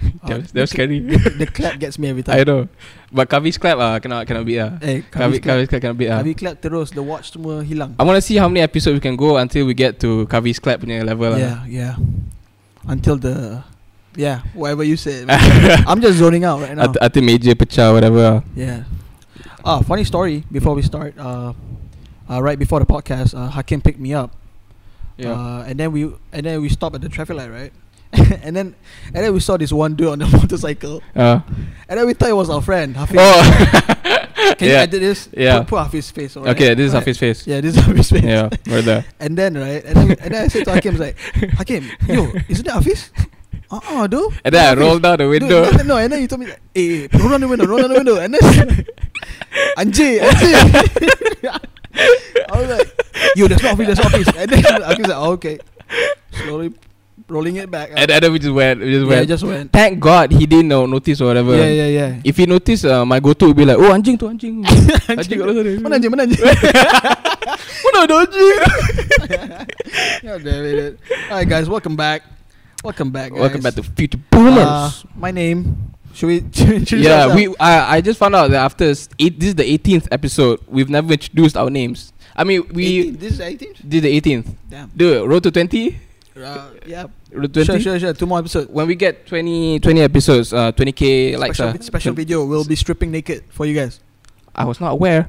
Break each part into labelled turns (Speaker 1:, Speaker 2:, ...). Speaker 1: That,
Speaker 2: Ah,
Speaker 1: was, that was scary.
Speaker 2: The clap gets me every
Speaker 1: I
Speaker 2: time.
Speaker 1: know. But Kavi's clap ah cannot cannot beat ah.
Speaker 2: Eh, Kavi clap.
Speaker 1: Kavi Kavi's clap cannot beat ah.
Speaker 2: Kavi clap terus the watch semua hilang.
Speaker 1: I want to see how many episodes we can go until we get to Kavi's clap punya level ah. lah.
Speaker 2: Yeah, yeah. Until the yeah, whatever you say. I'm just zoning out right now.
Speaker 1: Until, until major pecah whatever. ah.
Speaker 2: Yeah. Ah, funny story. Before we start, uh, uh, right before the podcast, uh, Hakim picked me up.
Speaker 1: Yeah.
Speaker 2: Uh, and then we and then we stopped at the traffic light, right? and then and then we saw this one dude on the motorcycle,
Speaker 1: Uh,
Speaker 2: and then we thought it was our friend Hafiz.
Speaker 1: oh.
Speaker 2: Can you
Speaker 1: yeah.
Speaker 2: edit this?
Speaker 1: Yeah.
Speaker 2: Put, put Hafiz's face. Alright?
Speaker 1: Okay, this is
Speaker 2: Alright.
Speaker 1: Hafi's face.
Speaker 2: Yeah, this is Hafiz face.
Speaker 1: Yeah, right there.
Speaker 2: And then right, and then, and then I said to Hakim, I was like, Hakim, yo, isn't that Hafiz? Uh uh, dude.
Speaker 1: And then I
Speaker 2: Hafiz.
Speaker 1: rolled down the
Speaker 2: Dude,
Speaker 1: window.
Speaker 2: No, no, no, and then you told me, like, eh, eh, roll down the window, roll down the window. And then, anjir, anjir. I was like, yo, that's not Hafiz, that's not Hafiz. And then Hakim's like, oh, okay. Slowly rolling it back.
Speaker 1: And, and then we just went. We just
Speaker 2: yeah, I
Speaker 1: went.
Speaker 2: just went.
Speaker 1: Thank God he didn't know, notice or whatever.
Speaker 2: Yeah, yeah, yeah.
Speaker 1: If he noticed, uh, my go-to would be like, oh anjing tu anjing. anjing kat sana.
Speaker 2: Mana anjir, mana anjir.
Speaker 1: Mana ada anjing?
Speaker 2: God damn it. All right, guys, welcome back. Welcome back, guys.
Speaker 1: Welcome back to Future
Speaker 2: Uh,
Speaker 1: Boomers.
Speaker 2: my name. Should we should we introduce
Speaker 1: yeah,
Speaker 2: ourselves?
Speaker 1: we. I, I just found out that after s- eight, this is the 18th episode. We've never introduced our names. I mean, we
Speaker 2: 18, this is 18th?
Speaker 1: did the 18th.
Speaker 2: Damn.
Speaker 1: Dude, road to 20.
Speaker 2: Uh, yeah.
Speaker 1: Road to
Speaker 2: Sure,
Speaker 1: 20.
Speaker 2: sure, sure. Two more episodes.
Speaker 1: When we get 20, 20 episodes, uh, 20k likes.
Speaker 2: special,
Speaker 1: uh,
Speaker 2: vi- special video. We'll be stripping naked for you guys.
Speaker 1: I was not aware.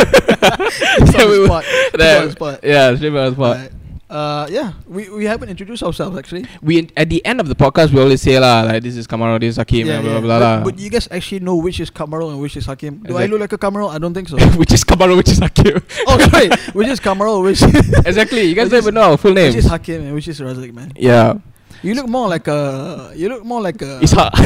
Speaker 2: It's on
Speaker 1: Yeah, we
Speaker 2: the
Speaker 1: were-
Speaker 2: spot. It's
Speaker 1: that-
Speaker 2: on the spot.
Speaker 1: Yeah, straight out of the spot.
Speaker 2: Alright. Uh, yeah, we, we haven't introduced ourselves actually.
Speaker 1: We at the end of the podcast we always say lah like this is Kamaro, this is Hakim,
Speaker 2: yeah,
Speaker 1: and blah
Speaker 2: yeah.
Speaker 1: blah blah.
Speaker 2: But, but you guys actually know which is Kamarul and which is Hakim. Do I
Speaker 1: Exact-
Speaker 2: look like a Kamarul? I don't think so.
Speaker 1: which is Kamaro, which is Hakim.
Speaker 2: oh, sorry. Which is Kamarul? Which,
Speaker 1: exactly. You guys
Speaker 2: Which
Speaker 1: don't
Speaker 2: is-
Speaker 1: even know our full
Speaker 2: which
Speaker 1: names.
Speaker 2: is Hakim and which is Razik, man?
Speaker 1: yeah,
Speaker 2: You look more like a. You look more like a.
Speaker 1: Ishak,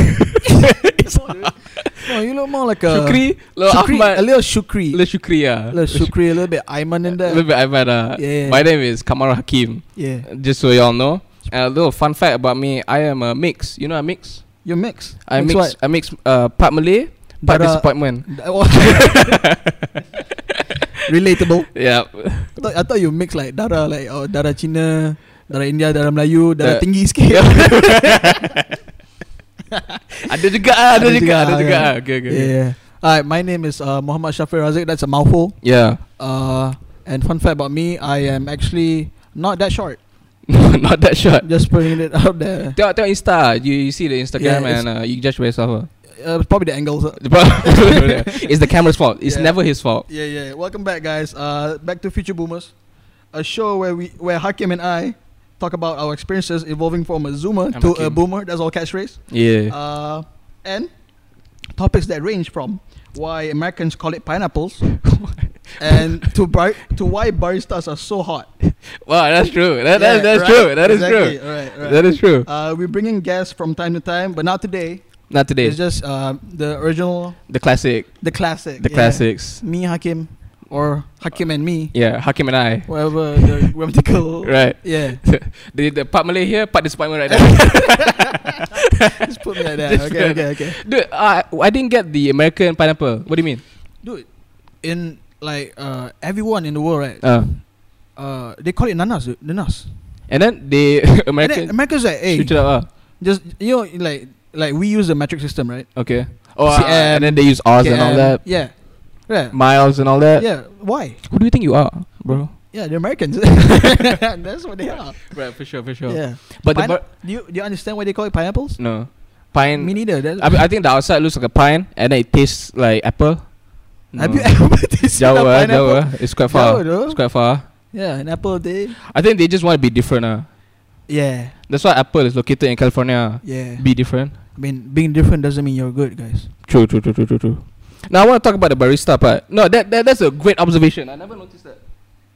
Speaker 2: No, you look more like a.
Speaker 1: Shukri, Lo
Speaker 2: Shukri, a
Speaker 1: Ahmad,
Speaker 2: little Shukri.
Speaker 1: Lo Shukri
Speaker 2: A
Speaker 1: ya.
Speaker 2: little Shukri, a little bit Ayman in there.
Speaker 1: Little bit Ahmad ah.
Speaker 2: Yeah.
Speaker 1: My name is Kamaro Hakim.
Speaker 2: Yeah.
Speaker 1: Just so y'all know. And a little fun fact about me: I am a mix. You know a mix.
Speaker 2: You mix.
Speaker 1: I mix.
Speaker 2: mix what?
Speaker 1: I mix uh, part Malay, part
Speaker 2: Dara-
Speaker 1: disappointment.
Speaker 2: oh, Relatable.
Speaker 1: Yeah.
Speaker 2: I thought, I thought you mix like darah like oh, darah Cina, darah India, darah Melayu, darah
Speaker 1: Da-
Speaker 2: tinggi sikit.
Speaker 1: ada juga ah, ada,
Speaker 2: Ada
Speaker 1: juga,
Speaker 2: juga,
Speaker 1: ada
Speaker 2: ah,
Speaker 1: juga.
Speaker 2: kan?
Speaker 1: ah. Okay, okay.
Speaker 2: yeah.
Speaker 1: okay.
Speaker 2: yeah. Alright, my name is uh, Muhammad Shafiq Razik. That's a mouthful.
Speaker 1: Yeah.
Speaker 2: Uh, and fun fact about me, I am actually not that short.
Speaker 1: Not that short.
Speaker 2: Just putting it out there.
Speaker 1: Tengok tengok Insta You, you see the Instagram
Speaker 2: Yeah,
Speaker 1: And uh, you judge by yourself uh.
Speaker 2: Uh, probably the angles.
Speaker 1: It's the camera's fault It's
Speaker 2: Yeah.
Speaker 1: never his fault
Speaker 2: Yeah, yeah. Welcome back, guys. Uh, back to Future Boomers, a show where we where Hakim and I talk about our experiences evolving from a Zoomer
Speaker 1: I'm
Speaker 2: to a
Speaker 1: Hakim.
Speaker 2: Boomer. That's our catchphrase.
Speaker 1: Yeah
Speaker 2: Uh, and topics that range from why Americans call it pineapples and to bar- to why baristas are so hot.
Speaker 1: Wow that's true that,
Speaker 2: Yeah,
Speaker 1: that, That's
Speaker 2: right,
Speaker 1: true That is
Speaker 2: exactly.
Speaker 1: true
Speaker 2: All right, all right.
Speaker 1: That is true
Speaker 2: uh, we bring in guests from time to time, but not today.
Speaker 1: Not today
Speaker 2: It's just uh, the original,
Speaker 1: The classic
Speaker 2: the classic.
Speaker 1: The
Speaker 2: yeah.
Speaker 1: classics
Speaker 2: Me, Hakim, or Hakim and me.
Speaker 1: Yeah Hakim and I
Speaker 2: Whatever the grammatical.
Speaker 1: Right
Speaker 2: Yeah.
Speaker 1: the, the part Malay here Part disappointment right there
Speaker 2: Just put me like that. Okay, okay, okay.
Speaker 1: Dude uh, I didn't get the American pineapple What do you mean?
Speaker 2: Dude, in like uh, everyone in the world, right?
Speaker 1: Uh,
Speaker 2: Uh, they call it nanas, dude. Nanas.
Speaker 1: and then the
Speaker 2: And then
Speaker 1: American
Speaker 2: America's like, hey,
Speaker 1: Shoot it up ah.
Speaker 2: just you know, like like we use the metric system, right?
Speaker 1: uh. Okay Oh uh,
Speaker 2: CM,
Speaker 1: And then they use R's and all
Speaker 2: KM,
Speaker 1: that
Speaker 2: Yeah, yeah,
Speaker 1: Miles and all that
Speaker 2: yeah. Why?
Speaker 1: Who do you think you are Bro
Speaker 2: Yeah, they're Americans. That's what they are.
Speaker 1: Right, for sure, for sure.
Speaker 2: Yeah.
Speaker 1: But
Speaker 2: Pine-
Speaker 1: the bar-
Speaker 2: do you do you understand why they call it pineapples?
Speaker 1: no pine.
Speaker 2: Me neither. That-
Speaker 1: I, mean, I think the outside looks like a pine, and then it tastes like apple.
Speaker 2: Have
Speaker 1: No.
Speaker 2: you ever tasted a
Speaker 1: Jauh, ah, jauh,
Speaker 2: pineapple?
Speaker 1: ah. It's quite far.
Speaker 2: Jauh, though.
Speaker 1: it's quite far.
Speaker 2: Yeah, an apple a day.
Speaker 1: I think they just want to be different. Uh.
Speaker 2: Yeah,
Speaker 1: That's why Apple is located in California. ah.
Speaker 2: yeah.
Speaker 1: Be different.
Speaker 2: I mean, being different doesn't mean you're good, guys.
Speaker 1: True, true, true, true, true, true. Now I want to talk about the barista part. No, that, that that's a great observation. I never noticed that.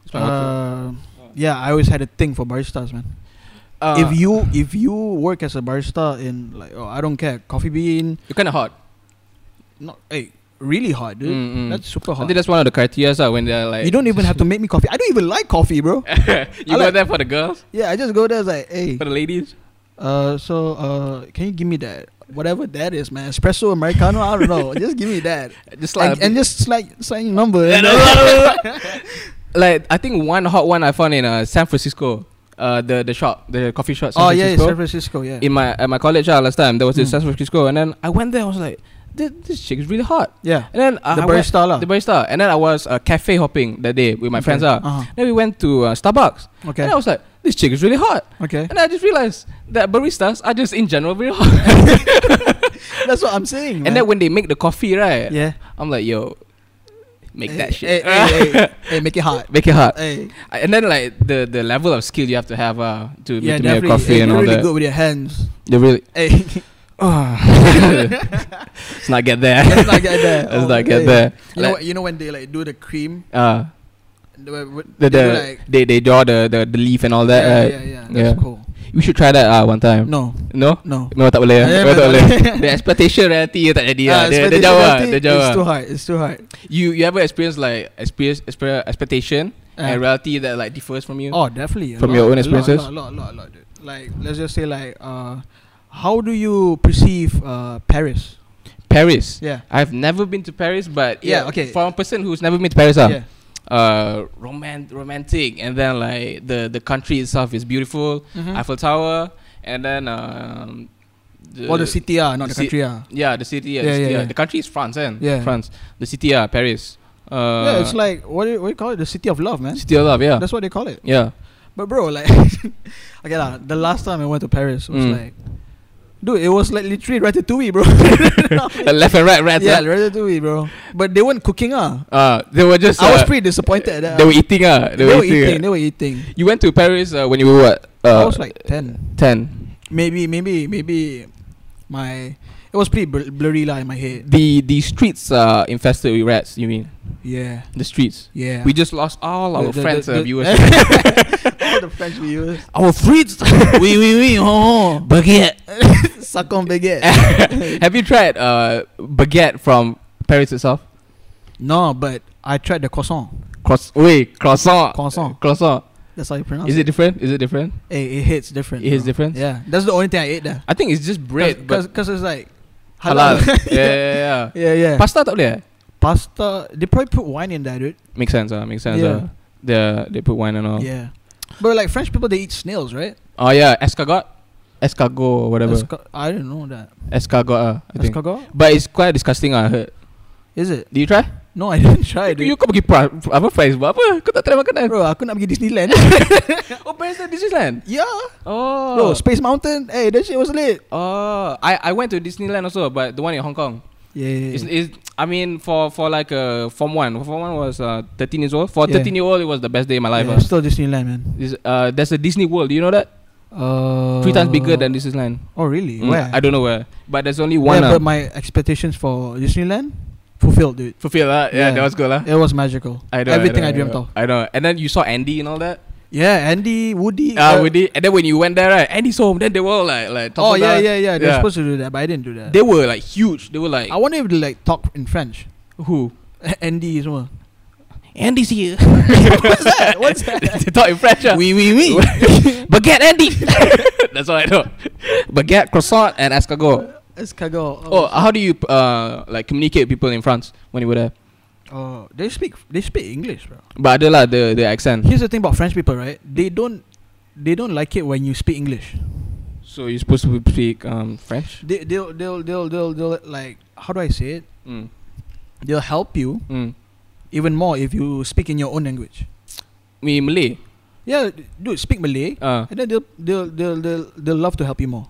Speaker 1: It's my water.
Speaker 2: Uh, yeah, I always had a thing for baristas, man.
Speaker 1: Uh,
Speaker 2: if you if you work as a barista in like oh, I don't care coffee bean
Speaker 1: you're kind of hot.
Speaker 2: not hey really hot dude
Speaker 1: Mm, mm.
Speaker 2: that's super hot
Speaker 1: I think that's one of the criteria uh, when they're
Speaker 2: you
Speaker 1: like
Speaker 2: don't even have to make me coffee I don't even like coffee bro I
Speaker 1: you go
Speaker 2: like-
Speaker 1: there for the girls,
Speaker 2: yeah I just go there it's like hey
Speaker 1: for the ladies.
Speaker 2: uh so uh can you give me that whatever that is man espresso americano I don't know just give me that
Speaker 1: Just like
Speaker 2: and, and just slide slide your number
Speaker 1: like I think one hot one I found in uh, San Francisco. uh, the the shop, the coffee shop. San
Speaker 2: oh yeah, yeah,
Speaker 1: Francisco.
Speaker 2: San Francisco. Yeah.
Speaker 1: in my at my college uh, last time there was this
Speaker 2: Mm.
Speaker 1: San Francisco, and then I went there. I was like, this, this chick is really hot.
Speaker 2: yeah.
Speaker 1: And then uh,
Speaker 2: the
Speaker 1: I went-
Speaker 2: barista lah.
Speaker 1: the barista, and then I was uh, cafe hopping that day with my friends. Uh.
Speaker 2: uh
Speaker 1: Then we went to uh, Starbucks,
Speaker 2: Okay.
Speaker 1: and I was like, this chick is really hot.
Speaker 2: Okay.
Speaker 1: And I just realized that baristas are just in general very hot.
Speaker 2: That's what I'm saying.
Speaker 1: and
Speaker 2: man.
Speaker 1: then when they make the coffee, right?
Speaker 2: yeah. Eh,
Speaker 1: I'm like, yo, make
Speaker 2: Hey,
Speaker 1: that shit.
Speaker 2: Hey, hey, hey, hey, make it hot.
Speaker 1: Make it hot,
Speaker 2: Hey.
Speaker 1: and then like the the level of skill you have to have uh to
Speaker 2: Yeah,
Speaker 1: to make a
Speaker 2: definitely.
Speaker 1: coffee
Speaker 2: Hey,
Speaker 1: and
Speaker 2: you're
Speaker 1: all
Speaker 2: really
Speaker 1: that.
Speaker 2: good with your hands.
Speaker 1: They really
Speaker 2: Hey.
Speaker 1: Let's not get there.
Speaker 2: Let's not get there.
Speaker 1: Let's
Speaker 2: Oh,
Speaker 1: not get
Speaker 2: hey.
Speaker 1: there.
Speaker 2: You know,
Speaker 1: Like,
Speaker 2: what- you know when they like do the cream,
Speaker 1: uh,
Speaker 2: the, the,
Speaker 1: the,
Speaker 2: they do,
Speaker 1: the,
Speaker 2: like
Speaker 1: they they draw the, the the leaf and all that.
Speaker 2: yeah,
Speaker 1: right?
Speaker 2: yeah, yeah,
Speaker 1: Yeah.
Speaker 2: That's cool.
Speaker 1: You should try that uh, one time.
Speaker 2: No,
Speaker 1: No,
Speaker 2: no.
Speaker 1: memang tak boleh.
Speaker 2: Eh,
Speaker 1: Memang
Speaker 2: memang
Speaker 1: tak
Speaker 2: tak
Speaker 1: boleh.
Speaker 2: boleh.
Speaker 1: the expectation reality tak jadi.
Speaker 2: Ah,
Speaker 1: ah. Dia dia
Speaker 2: expectation
Speaker 1: jauh ah,
Speaker 2: nanti,
Speaker 1: dia jauh.
Speaker 2: It's
Speaker 1: ah.
Speaker 2: too hard. It's too hard.
Speaker 1: You you ever experience like experience, experience expectation
Speaker 2: Ah.
Speaker 1: and reality that like differs from you?
Speaker 2: Oh, definitely. a
Speaker 1: From
Speaker 2: lot,
Speaker 1: your
Speaker 2: a
Speaker 1: own
Speaker 2: lot,
Speaker 1: experiences?
Speaker 2: A lot, a lot, a lot, a lot, dude. Like, let's just say, like, uh, how do you perceive uh, Paris?
Speaker 1: Paris.
Speaker 2: Yeah.
Speaker 1: I've never been to Paris, but
Speaker 2: Yeah, okay.
Speaker 1: For a person who's never been to Paris, ah,
Speaker 2: Yeah.
Speaker 1: uh, roman- romantic, and then like the the country itself is beautiful.
Speaker 2: Mm-hmm. Hmm.
Speaker 1: Eiffel Tower, and then um, the,
Speaker 2: Well, the city, ah, not the
Speaker 1: the ci-
Speaker 2: country, ah.
Speaker 1: Yeah, the city.
Speaker 2: Yeah,
Speaker 1: Yeah, the, city,
Speaker 2: yeah,
Speaker 1: yeah.
Speaker 2: yeah.
Speaker 1: the country is France, and
Speaker 2: Yeah.
Speaker 1: France. The city, yeah, Paris. Uh,
Speaker 2: yeah, it's like what do, you, what do you call it? The city of love, man.
Speaker 1: city of love. Yeah,
Speaker 2: That's what they call it.
Speaker 1: yeah.
Speaker 2: But bro, like, okay lah. The last time I went to Paris was
Speaker 1: Mm.
Speaker 2: like, dude, it was like literally ratatouille, bro.
Speaker 1: Uh, Left and right, right.
Speaker 2: yeah,
Speaker 1: Yeah.
Speaker 2: ratatouille, bro. But they weren't cooking, ah.
Speaker 1: Uh, they were just.
Speaker 2: I was
Speaker 1: uh,
Speaker 2: pretty disappointed. At that,
Speaker 1: They
Speaker 2: ah.
Speaker 1: were eating. Uh,
Speaker 2: They were eating. They were eating.
Speaker 1: You went to Paris uh, when you were what? Uh,
Speaker 2: I was like ten.
Speaker 1: ten.
Speaker 2: Maybe, maybe, maybe my it was pretty bl- blurry lah in my head.
Speaker 1: The the streets are infested with rats. You mean
Speaker 2: Yeah,
Speaker 1: the streets?
Speaker 2: yeah.
Speaker 1: We just lost all our friends and viewers.
Speaker 2: all the French viewers.
Speaker 1: our friends.
Speaker 2: oui, oui, oui. Oh,
Speaker 1: Baguette.
Speaker 2: suck on baguette.
Speaker 1: Have you tried uh, baguette from Paris itself?
Speaker 2: No, but I tried the croissant.
Speaker 1: Cross wait croissant.
Speaker 2: Croissant.
Speaker 1: Croissant.
Speaker 2: That's how you pronounce
Speaker 1: Is it different? Is it different?
Speaker 2: Hey, it hits different.
Speaker 1: It hits
Speaker 2: bro.
Speaker 1: different?
Speaker 2: Yeah, that's the only thing I ate there.
Speaker 1: I think it's just bread,
Speaker 2: because
Speaker 1: but
Speaker 2: it's like
Speaker 1: halal. yeah, yeah, yeah.
Speaker 2: yeah, yeah.
Speaker 1: Pasta tak boleh. eh?
Speaker 2: pasta. They probably put wine in there, dude.
Speaker 1: Makes sense. Ah, makes sense.
Speaker 2: Yeah.
Speaker 1: Yeah. The they put wine and all.
Speaker 2: Yeah, but like French people, they eat snails, right?
Speaker 1: Oh yeah, escargot, escargot, whatever.
Speaker 2: Esca- I didn't know that.
Speaker 1: escargot. Ah, I think.
Speaker 2: Escargot?
Speaker 1: But it's quite disgusting. Ah, I heard.
Speaker 2: Is it?
Speaker 1: Did you try?
Speaker 2: No, I didn't try it.
Speaker 1: You kau pergi pra, apa Paris buat apa? Kau tak try makanan?
Speaker 2: Bro, aku nak pergi Disneyland.
Speaker 1: Oh, Paris at Disneyland.
Speaker 2: yeah.
Speaker 1: Oh.
Speaker 2: Bro, Space Mountain. Hey, that shit was lit.
Speaker 1: Oh, I I went to Disneyland also, but the one in Hong Kong.
Speaker 2: Yeah. yeah,
Speaker 1: It's,
Speaker 2: yeah.
Speaker 1: it's, I mean, for for like uh, form one, form one was uh, thirteen years old. For
Speaker 2: Yeah.
Speaker 1: thirteen year old, it was the best day of my life.
Speaker 2: Yeah,
Speaker 1: Yeah.
Speaker 2: still Disneyland, man.
Speaker 1: uh, there's a Disney World. Do you know that?
Speaker 2: Uh,
Speaker 1: Three times bigger than Disneyland.
Speaker 2: Oh, really?
Speaker 1: Mm,
Speaker 2: Where?
Speaker 1: I don't know where, but there's only one.
Speaker 2: yeah,
Speaker 1: uh,
Speaker 2: but my expectations for Disneyland fulfilled, dude.
Speaker 1: fulfill that. uh, Yeah,
Speaker 2: Yeah.
Speaker 1: that was good, lah.
Speaker 2: It was magical.
Speaker 1: I know,
Speaker 2: Everything I,
Speaker 1: know,
Speaker 2: dreamt
Speaker 1: know.
Speaker 2: of.
Speaker 1: I know. And then you saw Andy and all that.
Speaker 2: Yeah, Andy, Woody.
Speaker 1: Ah,
Speaker 2: uh,
Speaker 1: Woody. And then when you went there, right, Andy's home. Then they were all like, like.
Speaker 2: Oh
Speaker 1: toppled
Speaker 2: yeah,
Speaker 1: down.
Speaker 2: yeah, yeah. They're
Speaker 1: Yeah.
Speaker 2: supposed to do that, but I didn't do that.
Speaker 1: They were like huge. They were like
Speaker 2: I wonder if they like talk in French.
Speaker 1: who?
Speaker 2: Andy is one.
Speaker 1: Andy's here.
Speaker 2: What's that? What's that?
Speaker 1: they talk in French. ah.
Speaker 2: We we we.
Speaker 1: Baguette Andy. That's all I know. Baguette, croissant, and escargot.
Speaker 2: Escargot.
Speaker 1: Oh, how do you uh, like communicate with people in France when you were there?
Speaker 2: Oh, they speak they speak English, bro.
Speaker 1: But ada lah the the accent.
Speaker 2: Here's the thing about French people, right? They don't they don't like it when you speak English.
Speaker 1: So you're supposed to speak um, French.
Speaker 2: They they'll they'll they'll they'll, they'll like how do I say it?
Speaker 1: Mm.
Speaker 2: They'll help you
Speaker 1: Mm.
Speaker 2: even more if you speak in your own language.
Speaker 1: Me Malay.
Speaker 2: Yeah, dude, speak Malay,
Speaker 1: Uh,
Speaker 2: and then they'll they'll they'll they'll, they'll love to help you more.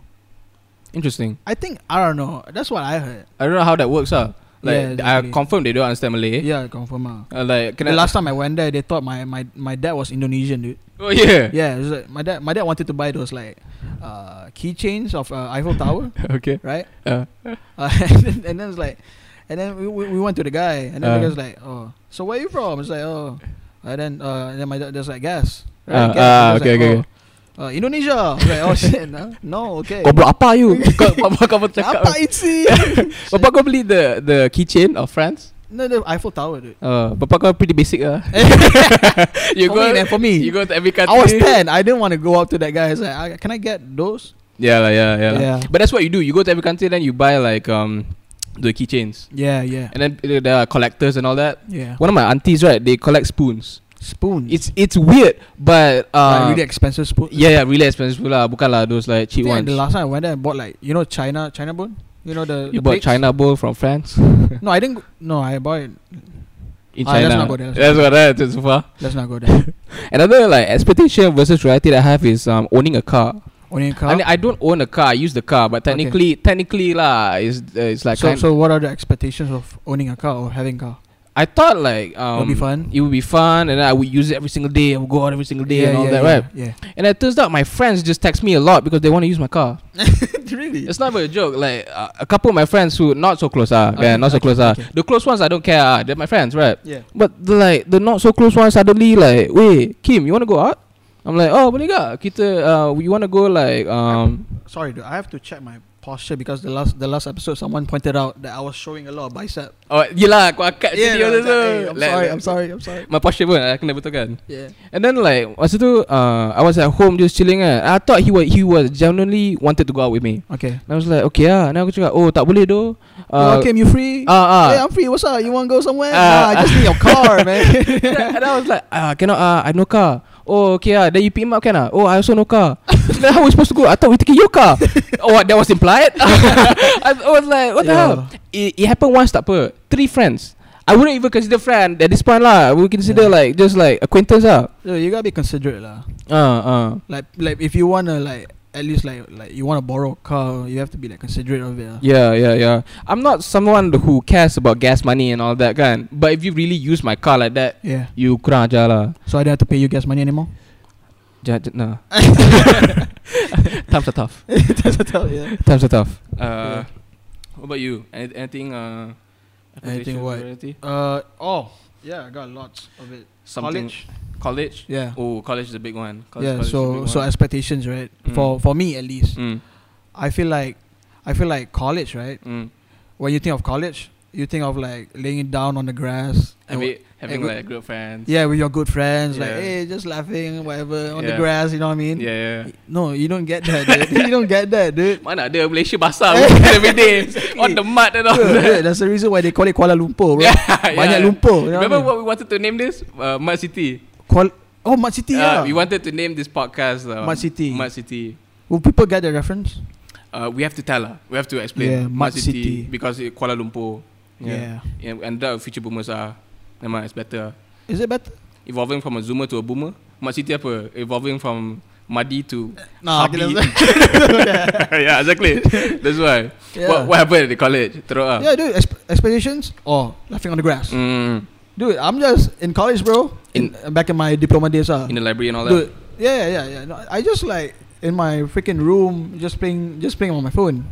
Speaker 1: interesting.
Speaker 2: I think I don't know. That's what I heard.
Speaker 1: I don't know how that works. Ah, like
Speaker 2: Yeah, exactly.
Speaker 1: I confirm they don't understand Malay.
Speaker 2: Yeah, confirm. Ah.
Speaker 1: Uh, like Eh? can
Speaker 2: the
Speaker 1: I
Speaker 2: last time I went there, they thought my, my, my dad was Indonesian, dude.
Speaker 1: Oh yeah.
Speaker 2: Yeah, it was like my dad my dad wanted to buy those like uh, keychains of uh, Eiffel Tower,
Speaker 1: okay.
Speaker 2: right?
Speaker 1: Uh,
Speaker 2: Uh, and, then, and then it's like, and then we, we, we went to the guy, and then the
Speaker 1: Uh.
Speaker 2: guy's like, oh, so where you from? It's like, oh, and then uh, and then my dad there's like gas.
Speaker 1: Uh,
Speaker 2: Gas."
Speaker 1: ah,
Speaker 2: It's
Speaker 1: okay,
Speaker 2: like,
Speaker 1: okay,
Speaker 2: "Oh, Uh, Indonesia. I was like, oh shit, no, no okay.
Speaker 1: Kau buat apa you? Kau apa kau cakap?
Speaker 2: Apa itu?
Speaker 1: Bapak kau beli the the keychain of France?
Speaker 2: no, the Eiffel Tower, dude.
Speaker 1: Uh, bapak kau pretty basic lah. you
Speaker 2: for
Speaker 1: go
Speaker 2: me, man, for me.
Speaker 1: you go to every country.
Speaker 2: I was ten. I didn't want to go up to that guy. I was like, "Ah, can I get those?
Speaker 1: Yeah lah, yeah, yeah, lah.
Speaker 2: Yeah.
Speaker 1: But that's what you do. You go to every country, then you buy like um the keychains,
Speaker 2: Yeah, yeah,
Speaker 1: and then uh, there are collectors and all that.
Speaker 2: yeah.
Speaker 1: One of my aunties, right? They collect spoons.
Speaker 2: spoon.
Speaker 1: It's it's weird, but uh,
Speaker 2: like really expensive spoon.
Speaker 1: yeah, yeah, really expensive pula. Bukan lah those like cheap
Speaker 2: Think like
Speaker 1: ones.
Speaker 2: the last time I went there, I bought like you know China China bone. You know the
Speaker 1: you
Speaker 2: the
Speaker 1: bought
Speaker 2: plates?
Speaker 1: China bowl from France
Speaker 2: No, I didn't. Go, no, I bought it.
Speaker 1: in
Speaker 2: Ah, let's
Speaker 1: China.
Speaker 2: not go there, let's
Speaker 1: That's what that's so far.
Speaker 2: Let's not go there.
Speaker 1: Another like expectation versus reality that I have is um owning a car.
Speaker 2: Only car.
Speaker 1: I mean, I don't own a car. I use the car, but
Speaker 2: Okay.
Speaker 1: technically, technically lah, is uh, it's like
Speaker 2: so
Speaker 1: kind-
Speaker 2: so what are the expectations of owning a car or having a car?
Speaker 1: I thought like um,
Speaker 2: It'll be fun.
Speaker 1: It would be fun, and I would use it every single day. I would go out every single day and all that,
Speaker 2: yeah,
Speaker 1: right?
Speaker 2: Yeah.
Speaker 1: And it turns out my friends just text me a lot because they want to use my car.
Speaker 2: really?
Speaker 1: It's not even a joke. Like uh, a couple of my friends who not so close are,
Speaker 2: Okay,
Speaker 1: yeah, not so
Speaker 2: okay,
Speaker 1: close are.
Speaker 2: okay.
Speaker 1: The close ones I don't care. ah, They're my friends, right?
Speaker 2: Yeah.
Speaker 1: But the, like the not so close ones suddenly like, wait, Kim, you want to go out? I'm like, oh, boleh gak? Kita, uh, you want to go like um.
Speaker 2: Sorry, dude. I have to check my posture because the last the last episode someone pointed out that I was showing a lot of bicep.
Speaker 1: Oh, yelah, aku akad video
Speaker 2: no,
Speaker 1: tu.
Speaker 2: it's like, hey, I'm
Speaker 1: Like-
Speaker 2: sorry. I'm sorry. I'm sorry.
Speaker 1: My posture pun I kena betulkan.
Speaker 2: Yeah.
Speaker 1: And then like masa tu uh, I was at home just chilling kan. I thought he was he was genuinely wanted to go out with me.
Speaker 2: Okay.
Speaker 1: And I was like okay lah. And aku cakap oh tak boleh doh.
Speaker 2: Uh, Kim, you free?
Speaker 1: ah ah.
Speaker 2: hey, I'm free. What's up? You want to go somewhere?
Speaker 1: Uh,
Speaker 2: nah, I just need your car, man.
Speaker 1: and I was like ah cannot ah I no car. Oh okay ah then you pick him up can ah. Oh I also no car. then how we supposed to go? I thought we taking your car. oh that was implied. I was like what the
Speaker 2: Yeah.
Speaker 1: hell? It, it happened once tak apa. Three friends. I wouldn't even consider friend at this point lah. I would consider
Speaker 2: Yeah.
Speaker 1: like just like acquaintance lah.
Speaker 2: Yo, you gotta be considerate, lah.
Speaker 1: Uh uh.
Speaker 2: Like, like if you wanna like at least like like you wanna borrow a car, you have to be like considerate of it. lah.
Speaker 1: Yeah, yeah, yeah. I'm not someone who cares about gas money and all that kan. But if you really use my car like that,
Speaker 2: Yeah.
Speaker 1: you kurang ajar lah.
Speaker 2: So I don't have to pay you guys money anymore.
Speaker 1: Ja, ja, nah. Times are tough.
Speaker 2: That's what I tell- yeah.
Speaker 1: Times are tough. Uh,
Speaker 2: Yeah.
Speaker 1: What about you? Any, anything? Uh,
Speaker 2: Anything
Speaker 1: application
Speaker 2: what?
Speaker 1: variety?
Speaker 2: Uh oh. Yeah, I got lots of it.
Speaker 1: Something.
Speaker 2: College.
Speaker 1: College.
Speaker 2: Yeah.
Speaker 1: Oh, college is a big one. College,
Speaker 2: yeah.
Speaker 1: college is a
Speaker 2: So
Speaker 1: big
Speaker 2: so
Speaker 1: one.
Speaker 2: expectations, right?
Speaker 1: Mm.
Speaker 2: For for me at least,
Speaker 1: Mm,
Speaker 2: I feel like I feel like college, right?
Speaker 1: mm.
Speaker 2: When you think of college, you think of like laying it down on the grass.
Speaker 1: Have
Speaker 2: and-
Speaker 1: it- having
Speaker 2: and-
Speaker 1: like a group friends.
Speaker 2: Yeah, with your good friends, like hey,
Speaker 1: Yeah.
Speaker 2: just laughing, whatever, on
Speaker 1: Yeah.
Speaker 2: the grass. You know what I mean?
Speaker 1: Yeah. yeah.
Speaker 2: No, you don't get that, dude. you don't get that, dude.
Speaker 1: Mana ada Malaysia basah every day on the mud and all
Speaker 2: Dude,
Speaker 1: that.
Speaker 2: dude, that's the reason why they call it Kuala Lumpur, bro.
Speaker 1: Yeah,
Speaker 2: Banyak
Speaker 1: yeah.
Speaker 2: lumpur. You know
Speaker 1: Remember
Speaker 2: what?
Speaker 1: what we wanted to name this? Uh, Mud
Speaker 2: I
Speaker 1: City.
Speaker 2: mean? Kuala- oh, Mud City.
Speaker 1: Uh,
Speaker 2: yeah.
Speaker 1: we wanted to name this podcast uh,
Speaker 2: Mud City.
Speaker 1: Mud City.
Speaker 2: Will people get the reference?
Speaker 1: Uh, we have to tell her. We have to explain
Speaker 2: Yeah,
Speaker 1: Mud
Speaker 2: Mud
Speaker 1: City,
Speaker 2: City.
Speaker 1: because it, Kuala Lumpur.
Speaker 2: Yeah.
Speaker 1: yeah. And that future boomers are. Nama it's better.
Speaker 2: Is it better?
Speaker 1: Evolving from a zoomer to a boomer. Mud City apa? Evolving from muddy to happy.
Speaker 2: okay, that's-
Speaker 1: yeah, exactly. That's why.
Speaker 2: yeah.
Speaker 1: What, what happened at the college? Teruk ah.
Speaker 2: Yeah, dude. Exp- expeditions or laughing on the grass,
Speaker 1: Mm,
Speaker 2: dude. I'm just in college, bro. In, back in my diploma days, uh,
Speaker 1: in the library and all that.
Speaker 2: dude. Yeah, yeah, yeah. No, I just like in my freaking room, just playing, just playing on my phone.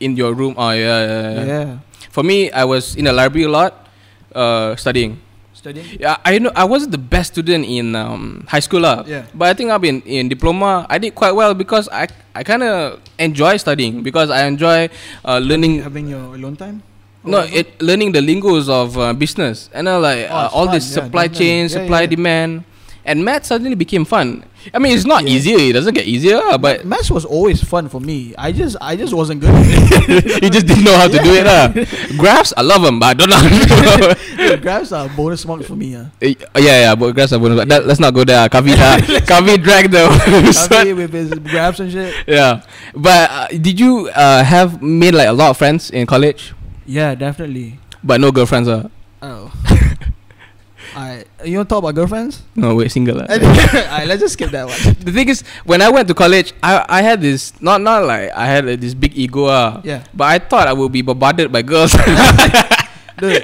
Speaker 1: In your room. Oh yeah, yeah, yeah.
Speaker 2: Yeah,
Speaker 1: For me, I was in the library a lot, uh, studying.
Speaker 2: studying.
Speaker 1: Yeah, I know I wasn't the best student in um, high school lah.
Speaker 2: Yeah.
Speaker 1: But I think I've been in diploma. I did quite well because I I kind of enjoy studying because I enjoy uh, learning.
Speaker 2: Having your alone time.
Speaker 1: No,
Speaker 2: Oh,
Speaker 1: it learning the lingos of uh, business and uh, like
Speaker 2: Oh,
Speaker 1: uh,
Speaker 2: it's
Speaker 1: all
Speaker 2: fun,
Speaker 1: this
Speaker 2: yeah,
Speaker 1: supply
Speaker 2: definitely.
Speaker 1: chain,
Speaker 2: Yeah,
Speaker 1: supply
Speaker 2: yeah.
Speaker 1: demand, and math suddenly became fun. I mean, it's not
Speaker 2: Yeah.
Speaker 1: easier. It doesn't get easier, lah, but
Speaker 2: maths was always fun for me. I just, I just wasn't good. at
Speaker 1: you just didn't know how to do it. lah. Graphs, I love them, but I don't know. How to do
Speaker 2: it. graphs are bonus marks for me. Uh.
Speaker 1: Eh, yeah, yeah, but grass are bonus. That, let's not go there. Kavi, uh, Kavi dragged the.
Speaker 2: Kavi with his graphs and shit.
Speaker 1: yeah, but uh, did you uh, have made like a lot of friends in college,
Speaker 2: Yeah, definitely.
Speaker 1: but no girlfriends? Uh?
Speaker 2: Oh. Alright, you want to talk about girlfriends?
Speaker 1: No, wait, single. Uh.
Speaker 2: Alright, let's just skip that one.
Speaker 1: the thing is, when I went to college, I I had this not not like I had uh, this big ego. Uh,
Speaker 2: Yeah,
Speaker 1: But I thought I would be bombarded by girls.
Speaker 2: dude.